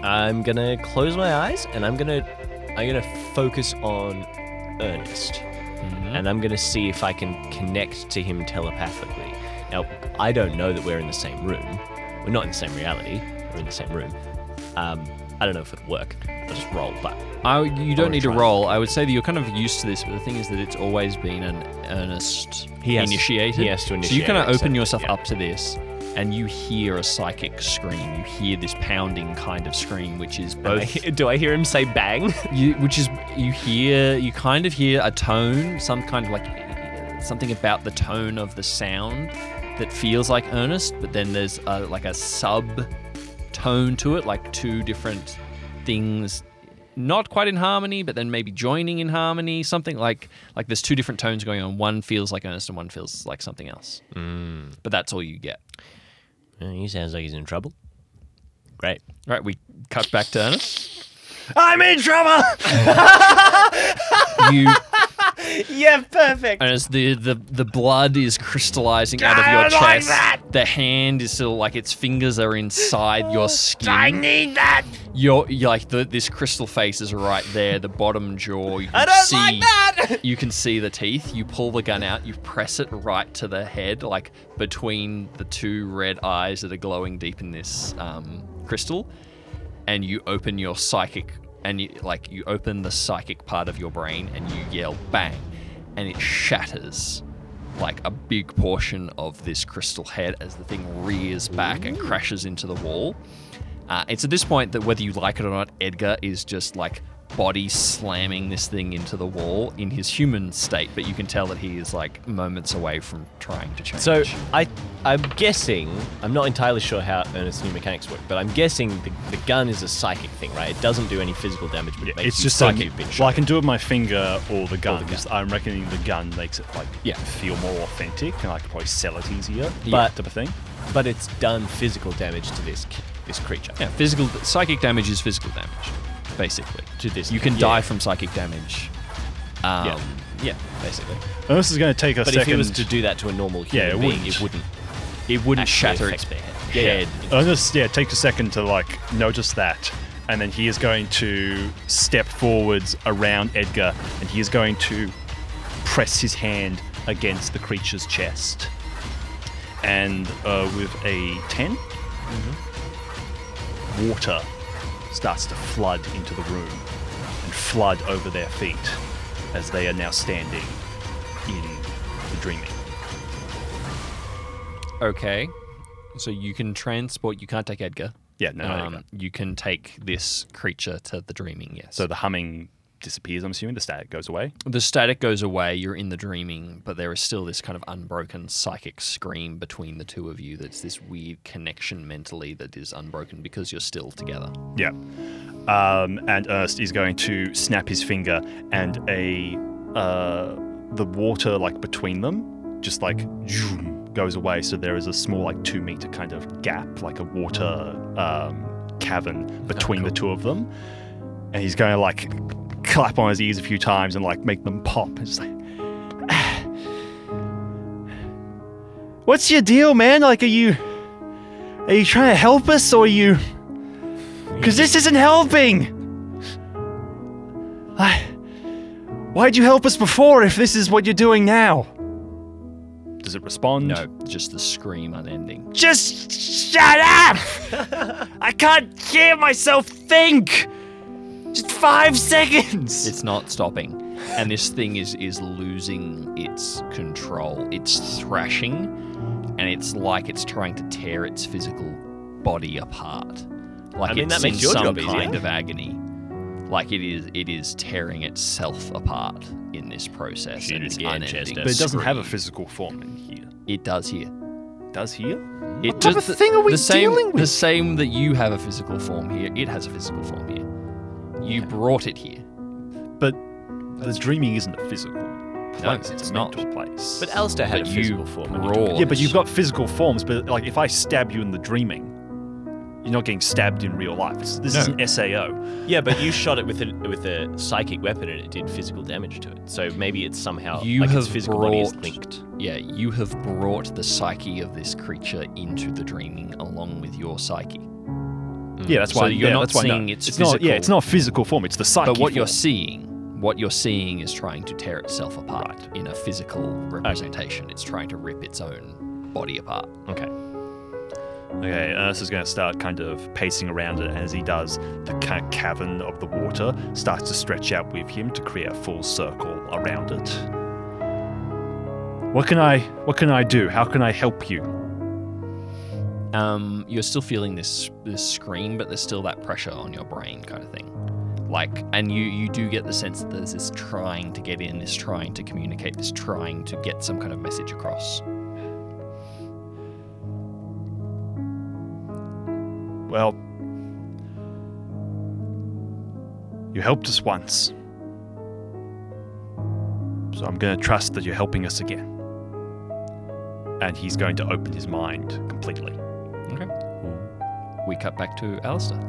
I'm gonna close my eyes and I'm gonna I'm gonna focus on Ernest Mm-hmm. and I'm gonna see if I can connect to him telepathically. Now I don't know that we're in the same room. We're not in the same reality. We're in the same room. Um, I don't know if it'll work. I'll just roll, but I, you Or don't need to try. roll. I would say that you're kind of used to this, but the thing is that it's always been an earnest He has- initiated. he has to So you initiate kind it, of open so- yourself yeah. up to this, and you hear a psychic scream. You hear this pounding kind of scream, which is both (laughs) do I hear him say bang? you, which is you hear you kind of hear a tone some kind of like something about the tone of the sound that feels like earnest but then there's a, like a sub tone to it like two different things not quite in harmony but then maybe joining in harmony something like like there's two different tones going on one feels like earnest and one feels like something else but that's all you get Uh, he sounds like he's in trouble. Great. right we cut back to earnest I'm in trouble. you (laughs) Yeah, perfect. And as the, the, the blood is crystallizing out of your don't like chest, the hand is still like its fingers are inside (gasps) your skin. need that. You're, you're like the, this crystal face is right there, the bottom jaw. You can I don't see, like that. (laughs) You can see the teeth. You pull the gun out. You press it right to the head, like between the two red eyes that are glowing deep in this um, crystal, and you open your psychic and you like you open the psychic part of your brain and you yell bang, and it shatters. Like a big portion of this crystal head as the thing rears back and crashes into the wall. Uh, it's at this point that whether you like it or not, Edgar is just like body slamming this thing into the wall in his human state, but you can tell that he is like moments away from trying to change. So I, I'm guessing. I'm not entirely sure how Ernest's new mechanics work, but I'm guessing the, the gun is a psychic thing, right? It doesn't do any physical damage, but it makes It's you just think like you've been well, shot. I can do it with my finger or the gun. gun. Just- I'm reckoning the gun makes it like Yeah. feel more authentic, and I could probably sell it easier. But- type of thing. but it's done physical damage to this ki- this creature. yeah, physical psychic damage is physical damage, basically. To this- you can yeah. die from psychic damage. Um, yeah, yeah, basically. And this is going to take a But second. if he was to do that to a normal human Yeah, it being, wouldn't. it wouldn't. It wouldn't Actually shatter its affect their Yeah, head. yeah. Ernest, yeah, takes a second to like notice that, and then he is going to step forwards around Edgar, and he is going to press his hand against the creature's chest. And uh, with a 10, water starts to flood into the room and flood over their feet as they are now standing in the dreaming. Okay. So you can transport. You can't take Edgar. Yeah, no, no, you Um, can't. you can take this creature to the dreaming. Yes. So the humming disappears, I'm assuming. The static goes away. the static goes away. You're in the dreaming, but there is still this kind of unbroken psychic scream between the two of you. That's this weird connection mentally that is unbroken because you're still together. Yeah. Um, and Ernst is going to snap his finger, and a uh, the water like between them just like zoom, goes away. So there is a small like two meter kind of gap, like a water um, cavern between the two of them. And he's going to like clap on his ears a few times and like make them pop. It's just like. (sighs) What's your deal, man? Like, are you are you trying to help us, or are you because this isn't helping! I. Why'd you help us before if this is what you're doing now? Does it respond? No, just the scream unending. Just shut up! I can't hear myself think! Just five seconds! It's not stopping, and this thing is is losing its control. It's thrashing, and it's like it's trying to tear its physical body apart. Like I mean, it's that makes in your some job kind easier. of agony. Like it is, it is tearing itself apart in this process. Shoot and it it's again, unending. Chester. but it doesn't have a Scream. physical form in here. It does here. Does here? It type does of thing are we the same, dealing The with? same that you have a physical form here. It has a physical form here. You brought it here. But the dreaming isn't a physical it's place, it's, a not. mental place. But Alistair had But a you physical form. when you brought- took Yeah, but Yes. you've got physical forms, but like if I stab you in the dreaming, you're not getting stabbed in real life. It's, this No. Mm. is an SAO. it. Yeah, but you shot it with a with a psychic weapon and it did physical damage to it. So maybe it's somehow You like have its physical brought, body is linked. yeah, you have brought the psyche of this creature into the dreaming along with your psyche. Yeah, that's why So you're yeah, not that's why no. seeing its not. Yeah, it's physical- not physical form. It's the psyche. But what you're form. seeing, what you're seeing is trying to tear itself apart Right. in a physical representation. It's trying to rip its own body apart. Okay. Okay, Ernest is going to start kind of pacing around it, and as he does, the kind of cavern of the water starts to stretch out with him to create a full circle around it. What can I? What can I do? How can I help you? Um, you're still feeling this this scream, but there's still that pressure on your brain, kind of thing. Like, and you you do get the sense that there's this trying to get in, this trying to communicate, this trying to get some kind of message across. Well, you helped us once. So I'm going to trust that you're helping us again. And he's going to open his mind completely. Okay. We cut back to Alistair.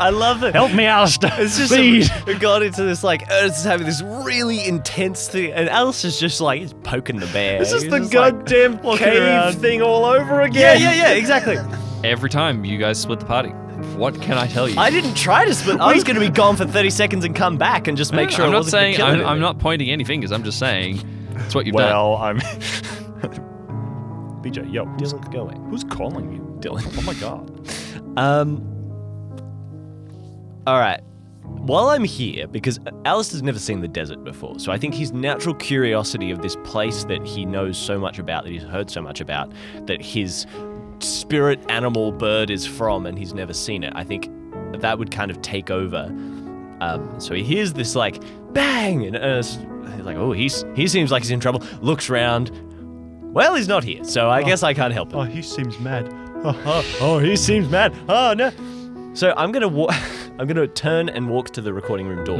I love it. Help me, Alistair! It's just Please! we got into this like Ernst is having this really intense thing, and Alice is just like he's poking the bear. He's just like, (laughs) looking around. thing all over (laughs) Yeah, yeah, yeah, exactly. Every time you guys split the party, what can I tell you? I didn't try to split. I was going to be gone for thirty seconds and come back and just make sure. I'm it not wasn't gonna saying kill I'm, anything. I'm not pointing any fingers. I'm just saying it's what you've Well, I'm. (laughs) BJ, yo, who's, Dylan, go away. who's calling you? Dylan. Oh my god. Um. All right. While I'm here, because Alistair's never seen the desert before, so I think his natural curiosity of this place that he knows so much about, that he's heard so much about, that his spirit animal bird is from, and he's never seen it, I think that would kind of take over. Um, so he hears this like bang, and Ernest, he's like, oh, he's, he seems like he's in trouble, looks round. Well, he's not here, so I guess I can't help him. he seems mad. Oh, oh, oh, he seems mad. Oh, no. So I'm gonna wa- (laughs) I'm gonna turn and walk to the recording room door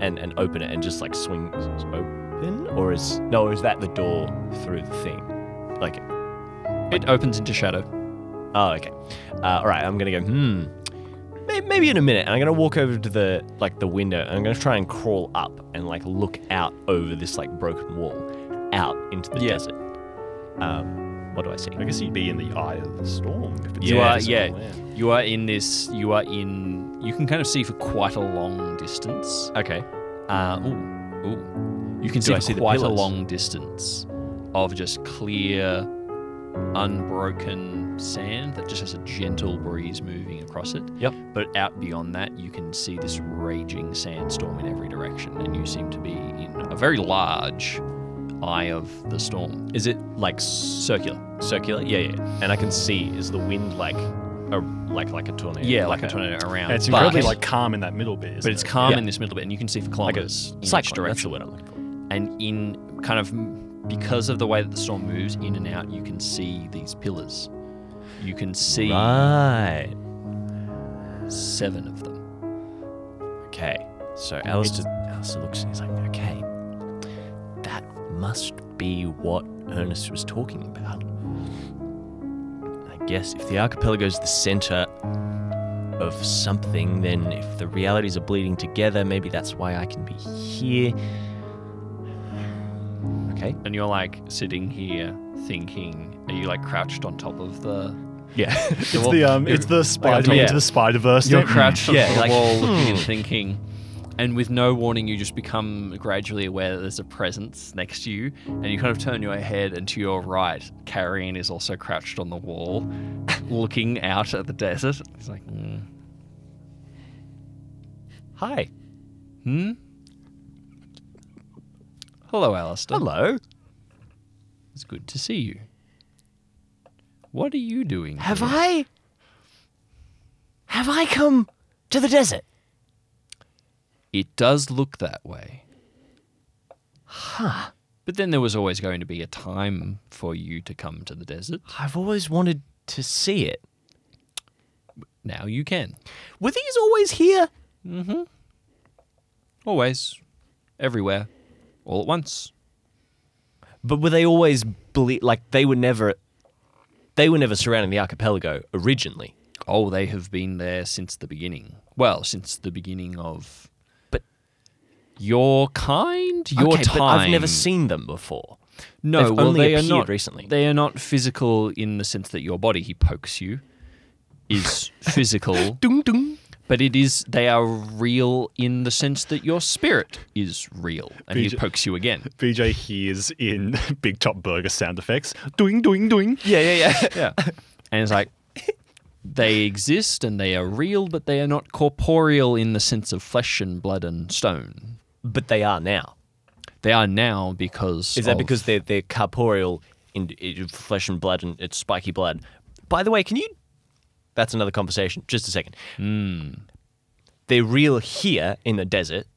and, and open it and just like swing s- open or is no is that the door through the thing like done. It opens into shadow. oh okay uh, all right I'm gonna go hmm May- maybe in a minute and I'm gonna walk over to the like the window and I'm gonna try and crawl up and like look out over this like broken wall out into the Yeah. desert um what do I see I guess he'd be in the eye of the storm. If it's You Yeah, are it's yeah. You are in this. You are in. You can kind of see for quite a long distance. okay Uh, ooh, ooh. You can Do see, I see the quite a pillars? long distance of just clear, unbroken sand that just has a gentle breeze moving across it. Yep. But out beyond that, you can see this raging sandstorm in every direction, and you seem to be in a very large eye of the storm. Is it like s- Circular. circular? Yeah, yeah. And I can see is the wind like a like like a tornado. Yeah, like a Okay. tornado around. And it's but, incredibly like calm in that middle bit. but Isn't it's it? calm Yeah. in this middle bit, and you can see for Like a kilometers in each cyclone. That's the direction. word I'm looking for. and in kind of because of the way that the storm moves in and out, you can see these pillars. You can see Right. seven of them. Okay. So Alistair, Alistair looks and he's like, okay, that must be what Ernest was talking about. I guess if the archipelago is the center of something, then if the realities are bleeding together, maybe that's why I can be here. (sighs) Okay. And you're like sitting here thinking, are you like crouched on top of the. Yeah. It's the um, it's the spider yeah. into the Spider Verse. You're crouched on Yeah, Hmm. top of the like, wall looking and thinking. And with no warning, you just become gradually aware that there's a presence next to you. And you kind of turn your head, and to your right, Carrion is also crouched on the wall, (laughs) looking out at the desert. He's like, "Hmm." (laughs) Hi. Hmm? Hello, Alistair. Hello. It's good to see you. What are you doing? Have here? I? Have I come to the desert? It does look that way. Huh. But then there was always going to be a time for you to come to the desert. I've always wanted to see it. Now you can. Were these always here? Always. Everywhere. All at once. But were they always ble- like they were never they were never surrounding the archipelago originally. Oh, they have been there since the beginning. Well, since the beginning of. But- Your kind? Your okay, time. but I've never seen them before. No, They've well, only they are appeared not recently. They are not physical in the sense that your body he pokes you (laughs) is physical, Dung dung. but it is they are real in the sense that your spirit is real, and he BJ pokes you again. BJ hears in (laughs) Big Top Burger sound effects. Doing, doing, doing. Yeah, yeah, yeah. (laughs) Yeah, and it's like they exist and they are real, but they are not corporeal in the sense of flesh and blood and stone. but they are now. They are now because Is that of- because they're they're corporeal in, in flesh and blood and it's spiky blood? By the way, can you? That's another conversation. Just a second. Hmm. They're real here in the desert.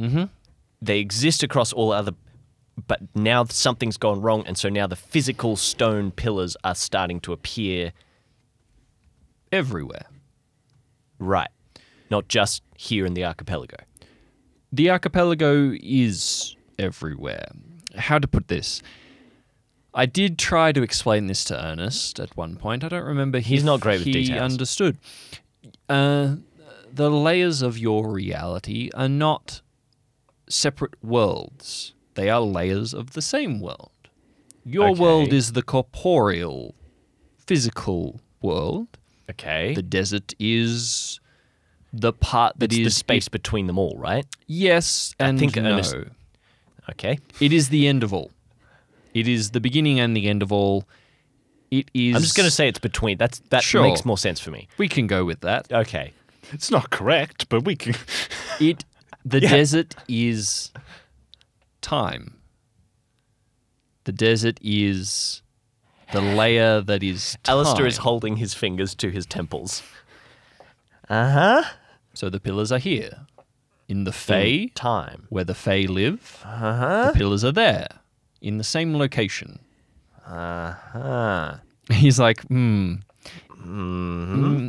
Mm-hmm. They exist across all other, but now something's gone wrong, and so now the physical stone pillars are starting to appear. everywhere? Right, not just here in the archipelago. the archipelago is everywhere. How to put this? I did try to explain this to Ernest at one point. I don't remember. He's if not great with he details. Understood. Uh, the layers of your reality are not separate worlds. They are layers of the same world. Your Okay. world is the corporeal, physical world. Okay, The desert is the part that it's is the space between them all, right? Yes, and think no. Ernest- Okay, It is the end of all. It is the beginning and the end of all. It is. I'm just going to say it's between. That's that Sure. makes more sense for me. we can go with that. Okay. It's not correct, but we can. (laughs) It, the desert is time. The desert is the layer that is. Time. Alistair is holding his fingers to his Hmm. temples. So the pillars are here, in the Fey, Time. where the Fey live. Uh-huh. The pillars are there, in the same location. Uh-huh. Ah. He's like, hmm. Hmm.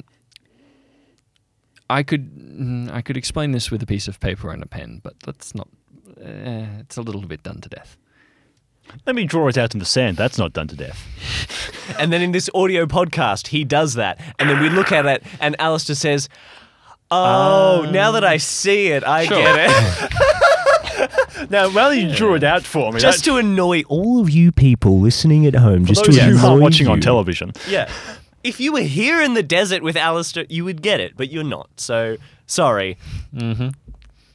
I could, mm, I could explain this with a piece of paper and a pen, but let's not. Uh, it's a little bit done to death. Let me draw it out in the sand. That's not done to death. And then in this audio podcast, he does that. And then we look at it, and Alistair says, Um, Oh, now that I see it, I get (laughs) it. (laughs) Now, rather you drew it out for me. just to annoy all of you people listening at home, that, just those to who annoy aren't watching on you. television. Yeah. If you were here in the desert with Alistair, you would get it, but you're not. So, sorry.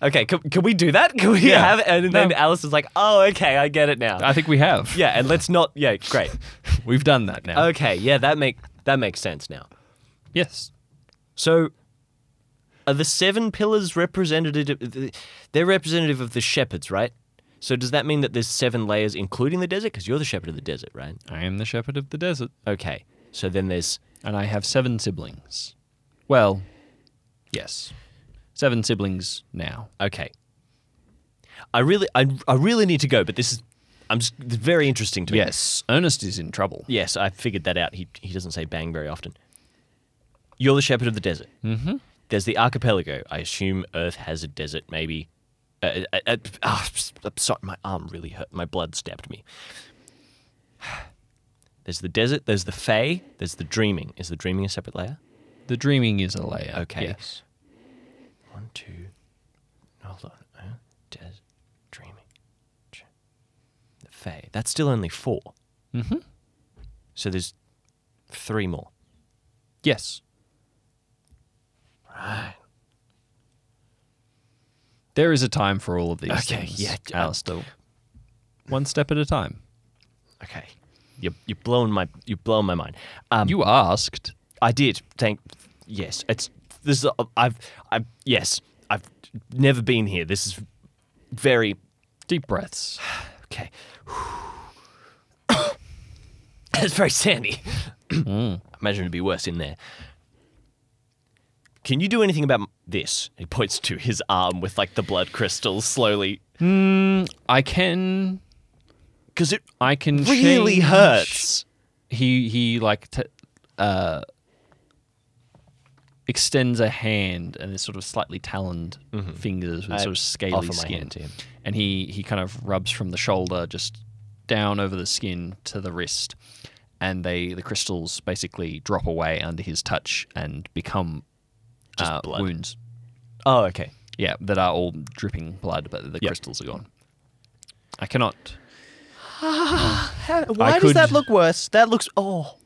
Okay, can, can we do that? Can we Mm-hmm. Yeah. have? And then Alice is like, "Oh, okay, I get it now." I think we have. yeah, and let's not. Yeah, great. (laughs) We've done that now. Okay, yeah, that make that makes sense now. yes. So, are the seven pillars representative? They're representative of the shepherds, right? So does that mean that there's seven layers, including the desert? Because you're the shepherd of the desert, right? I am the shepherd of the desert, Okay. So then there's and I have seven siblings. Well, yes. Seven siblings now. okay. I really, I, I really need to go, but this is, I'm just it's very interesting to me. Yes. Ernest is in trouble. Yes, I figured that out. He he doesn't say bang very often. You're the shepherd of the desert. Mm-hmm. There's the archipelago. I assume Earth has a desert, maybe. Uh, uh, uh, ah, s- I'm sorry, my arm really hurt. My blood stabbed me. (sighs) There's the desert. There's the Fae. There's the dreaming. Is the dreaming a separate layer? The dreaming is a layer. Okay. Yes. One, two. Hold on. Uh, Des, dreaming. Ch- The Fae. That's still only 4 Mm-hmm. So there's three more. Yes. There is a time for all of these Okay, things. yeah, uh, I- Alistair. One step at a time. Okay. You're, you're blowing my you're blowing my mind. Um, You asked. I did. Thank. Yes. It's this. Is, I've. I yes. I've never been here. This is very Deep breaths. okay. (coughs) it's very sandy. (coughs) Mm. I imagine it'd be worse in there. Can you do anything about this? He points to his arm with like the blood crystals slowly I can. because it I can. really change- hurts. He he like t- uh, extends a hand and there's sort of slightly taloned fingers with I sort of offer scaly my skin. hand to him. And he he kind of rubs from the shoulder just down over the skin to the wrist, and they the crystals basically drop away under his touch and become Just uh, blood. wounds. Oh, okay. Yeah, that are all dripping blood, but the Yep. crystals are gone. I cannot. Why does could- that look worse? That looks oh.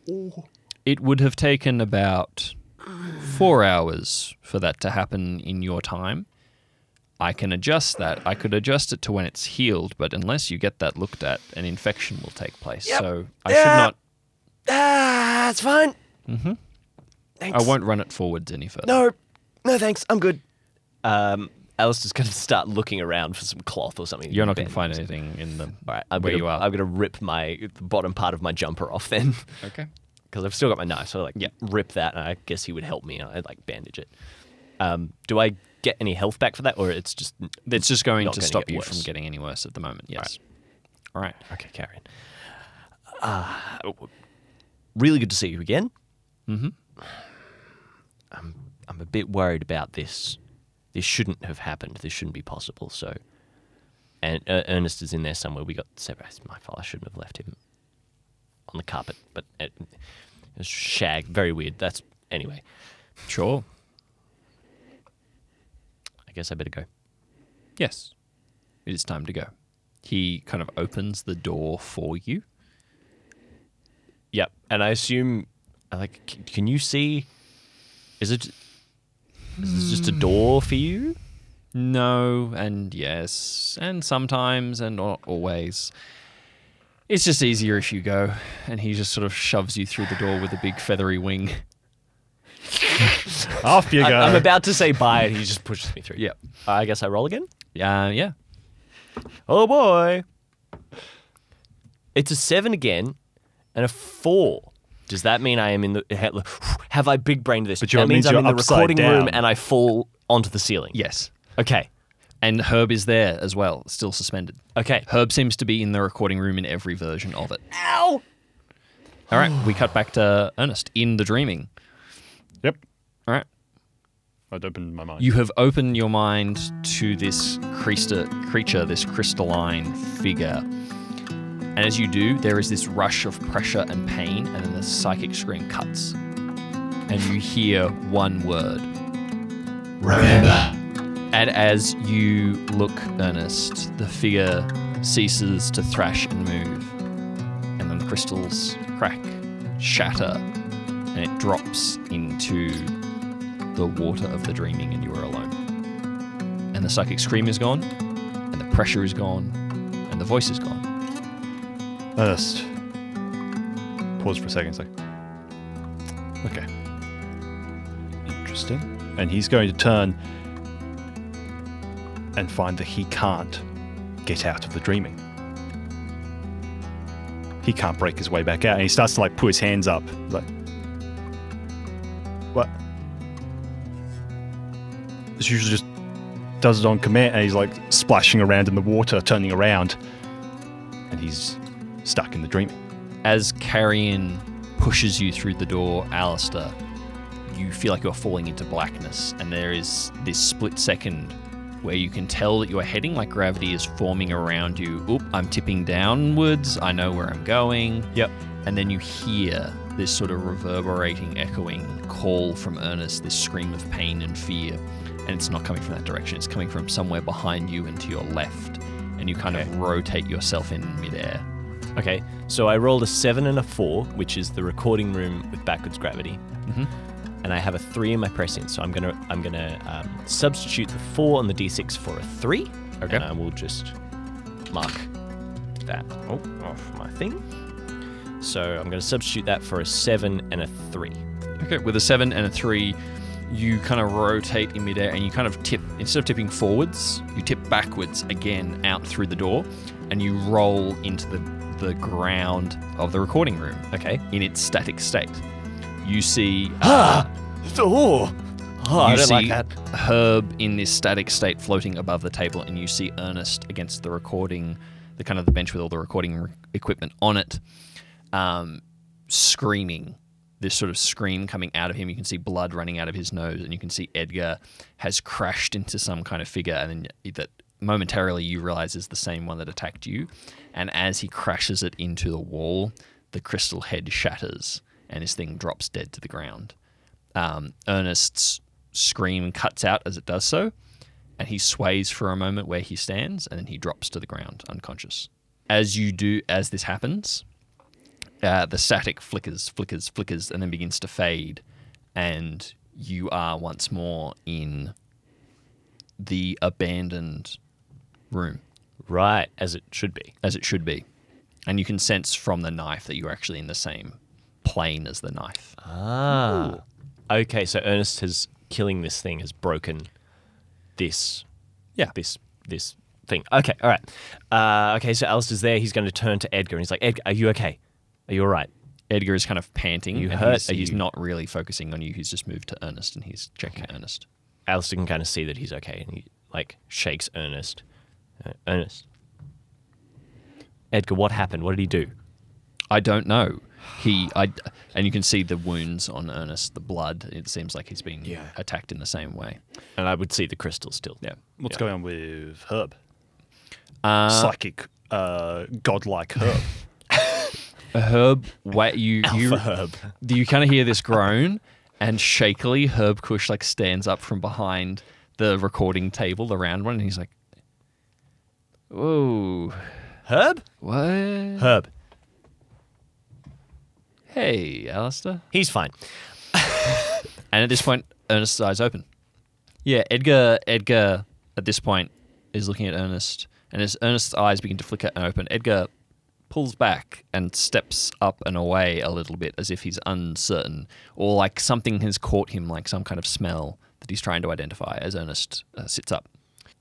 It would have taken about four hours for that to happen in your time. I can adjust that. I could adjust it to when it's healed, but unless you get that looked at, an infection will take place. So I Yeah. should not. Ah, it's fine. Mm-hmm. I Thanks. won't run it forwards any further. No, no, thanks. I'm good. Um, Alistair's gonna (laughs) start looking around for some cloth or something. You're not going to Ben- find anything in the All right, I'm where gonna, you are. I'm gonna rip my the bottom part of my jumper off then, (laughs) okay. because I've still got my knife. So I like Yeah. rip that, and I guess he would help me, and I like bandage it. Um, do I get any health back for that, or it's just It's just going not to gonna stop get you worse. from getting any worse at the moment. Yes. All right. okay, Karen? Uh, really good to see you again. Mm-hmm. I'm I'm a bit worried about this. This shouldn't have happened. This shouldn't be possible. So, and uh, Ernest is in there somewhere. We got separated. It's my fault. I shouldn't have left him on the carpet. But it, it was shag. Very weird. That's anyway. Sure. I guess I better go. Yes. It is time to go. He kind of opens the door for you. Yep. And I assume, I like, c- can you see? Is it? Is this just a door for you? No, and yes, and sometimes, and not always. It's just easier if you go. And he just sort of shoves you through the door with a big feathery wing. Off you go. I, I'm about to say bye, and he just pushes me through. Yep. I guess I roll again. Yeah, yeah. Oh boy. It's a seven again, and a four. Does that mean I am in the? ha- Have I big brained this? But you're- that it means, means I'm you're in the upside recording room down. and I fall onto the ceiling. Yes. Okay. And Herb is there as well, still suspended. Okay. Herb seems to be in the recording room in every version of it. Ow. All right, we cut back to Ernest in the dreaming. yep. All right. I'd opened my mind. You have opened your mind to this creaster, creature, this crystalline figure. And as you do, there is this rush of pressure and pain, and then the psychic scream cuts. And you hear one word. And as you look, Ernest, the figure ceases to thrash and move. And then the crystals crack, shatter, and it drops into the water of the dreaming and you are alone. And and the psychic scream is gone, and the pressure is gone, and the voice is gone. Ernest. Pause for a second. It's like, okay. Interesting. And he's going to turn and find that he can't get out of the dreaming. He can't break his way back out. And he starts to like put his hands up. He's like, what? It's usually just does it on command. And he's like splashing around in the water, turning around. And he's stuck in the dreaming. As Carrion pushes you through the door, Alistair, you feel like you're falling into blackness, and there is this split second where you can tell that you're heading, like gravity is forming around you. Oop, I'm tipping downwards, I know where I'm going. Yep. And then you hear this sort of reverberating, echoing call from Ernest, this scream of pain and fear. And it's not coming from that direction, it's coming from somewhere behind you and to your left. And you kind of rotate yourself in midair. Okay, so I rolled a seven and a four, which is the recording room with backwards gravity, Mm-hmm. Mhm. and I have a three in my prescience. So I'm gonna I'm gonna um, substitute the four on the d6 for a three. Okay. and I will just mark that oh, off my thing. So I'm gonna substitute that for a seven and a three. Okay, with a seven and a three, you kind of rotate in midair and you kind of tip, instead of tipping forwards, you tip backwards again out through the door and you roll into the, the ground of the recording room Okay. in its static state. You see, (gasps) Ah, oh, oh you I don't see like that. Herb in this static state floating above the table and you see Ernest against the recording, the kind of the bench with all the recording re- equipment on it. um, screaming, this sort of scream coming out of him. You can see blood running out of his nose, and you can see Edgar has crashed into some kind of figure, and then that momentarily you realize is the same one that attacked you. And as he crashes it into the wall, the crystal head shatters, and his thing drops dead to the ground. Um, Ernest's scream cuts out as it does so, and he sways for a moment where he stands, and then he drops to the ground unconscious. As you do, as this happens, uh, the static flickers, flickers, flickers, and then begins to fade, and you are once more in the abandoned room Right, as it should be. as it should be, and you can sense from the knife that you're actually in the same plane as the knife. Ah. Okay, so Ernest has killing this thing has broken this. Yeah. This this thing. Okay, all right. Uh, okay, so Alistair's there. He's going to turn to Edgar and he's like, Edgar, are you okay? Are you all right? Edgar is kind of panting. You and hurt He's, he's you. not really focusing on you. He's just moved to Ernest, and he's checking Ernest. Alistair can kind of see that he's okay and he like shakes Ernest. Uh, Ernest. Edgar, what happened? What did he do? I don't know. He, I, and you can see the wounds on Ernest, the blood. It seems like he's been Yeah. attacked in the same way. And I would see the crystal still. Yeah. What's going on with Herb? Uh, Psychic, uh, godlike Herb. Herb, wait, you you Herb. (laughs) you kind of hear this groan, and shakily Herb Cush like stands up from behind the recording table, the round one, and he's like, "Whoa, Herb? what? Herb. Hey, Alistair." He's fine. And at this point, Ernest's eyes open. Yeah, Edgar. Edgar at this point is looking at Ernest, and as Ernest's eyes begin to flicker and open, Edgar pulls back and steps up and away a little bit, as if he's uncertain, or like something has caught him, like some kind of smell that he's trying to identify. As Ernest uh, sits up,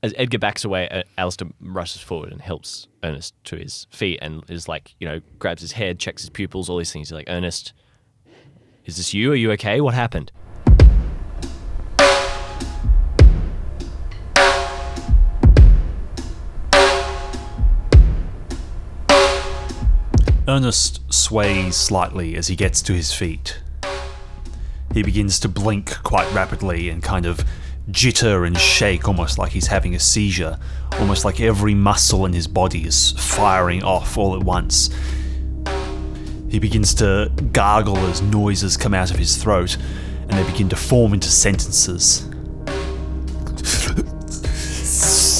As Edgar backs away, uh, Alistair rushes forward and helps Ernest to his feet and is like, you know, grabs his head, checks his pupils, all these things. He's like, Ernest, is this you? Are you okay? What happened? Ernest sways slightly as he gets to his feet. He begins to blink quite rapidly and kind of jitter and shake, almost like he's having a seizure, almost like every muscle in his body is firing off all at once. He begins to gargle as noises come out of his throat and they begin to form into sentences.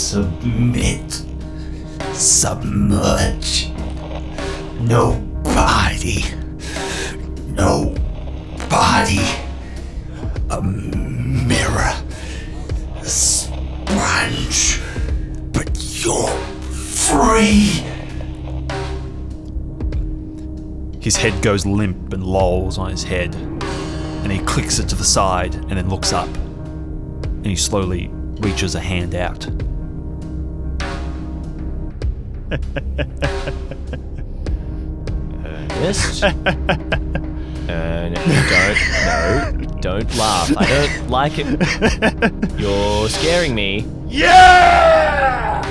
submit, submerge. Nobody, nobody, a mirror, a sponge, You're free! His head goes limp and lolls on his head, and he clicks it to the side and then looks up. And he slowly reaches a hand out. (laughs) Ernest? Ernest, don't, no, don't laugh. I don't like it. You're scaring me. Yeah!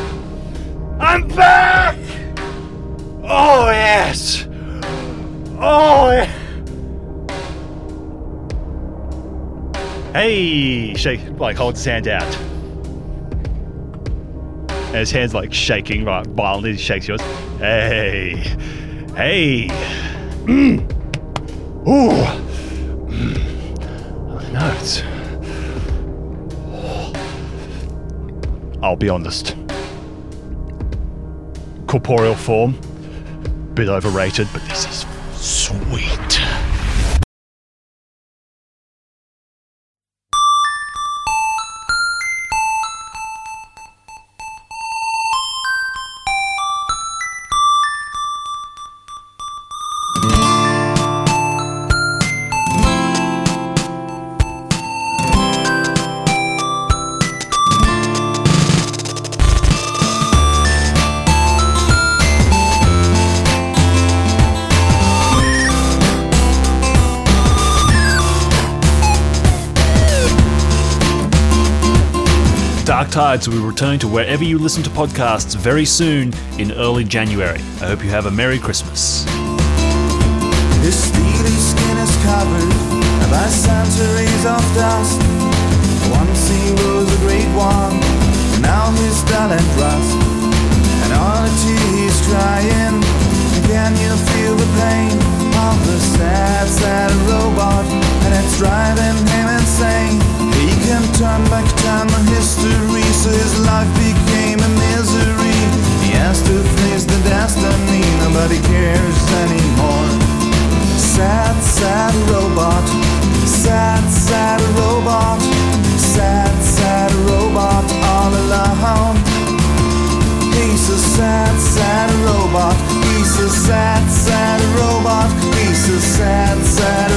I'm back! Oh, yes! Oh, yeah! Hey! Shake, like, holds his hand out. And his hand's like shaking, right? Violently he shakes yours. Hey! Hey! Mm. Ooh! Mm. I know it's. I'll be honest. Corporeal form, bit overrated, but this is sweet. Dark Tides will return to wherever you listen to podcasts very soon in early January. I hope you have a Merry Christmas. His steely skin is covered by centuries of dust. Once he was a great one, now he's dull and rust. And all the tea he's crying, can you feel the pain of the sad, sad robot? And it's driving him insane. He can turn back time on history, so his life became a misery. He has to face the destiny, nobody cares anymore. Sad, sad robot. Sad, sad robot. Sad, sad robot all alone. He's a sad, sad robot. He's a sad, sad robot. He's a sad, sad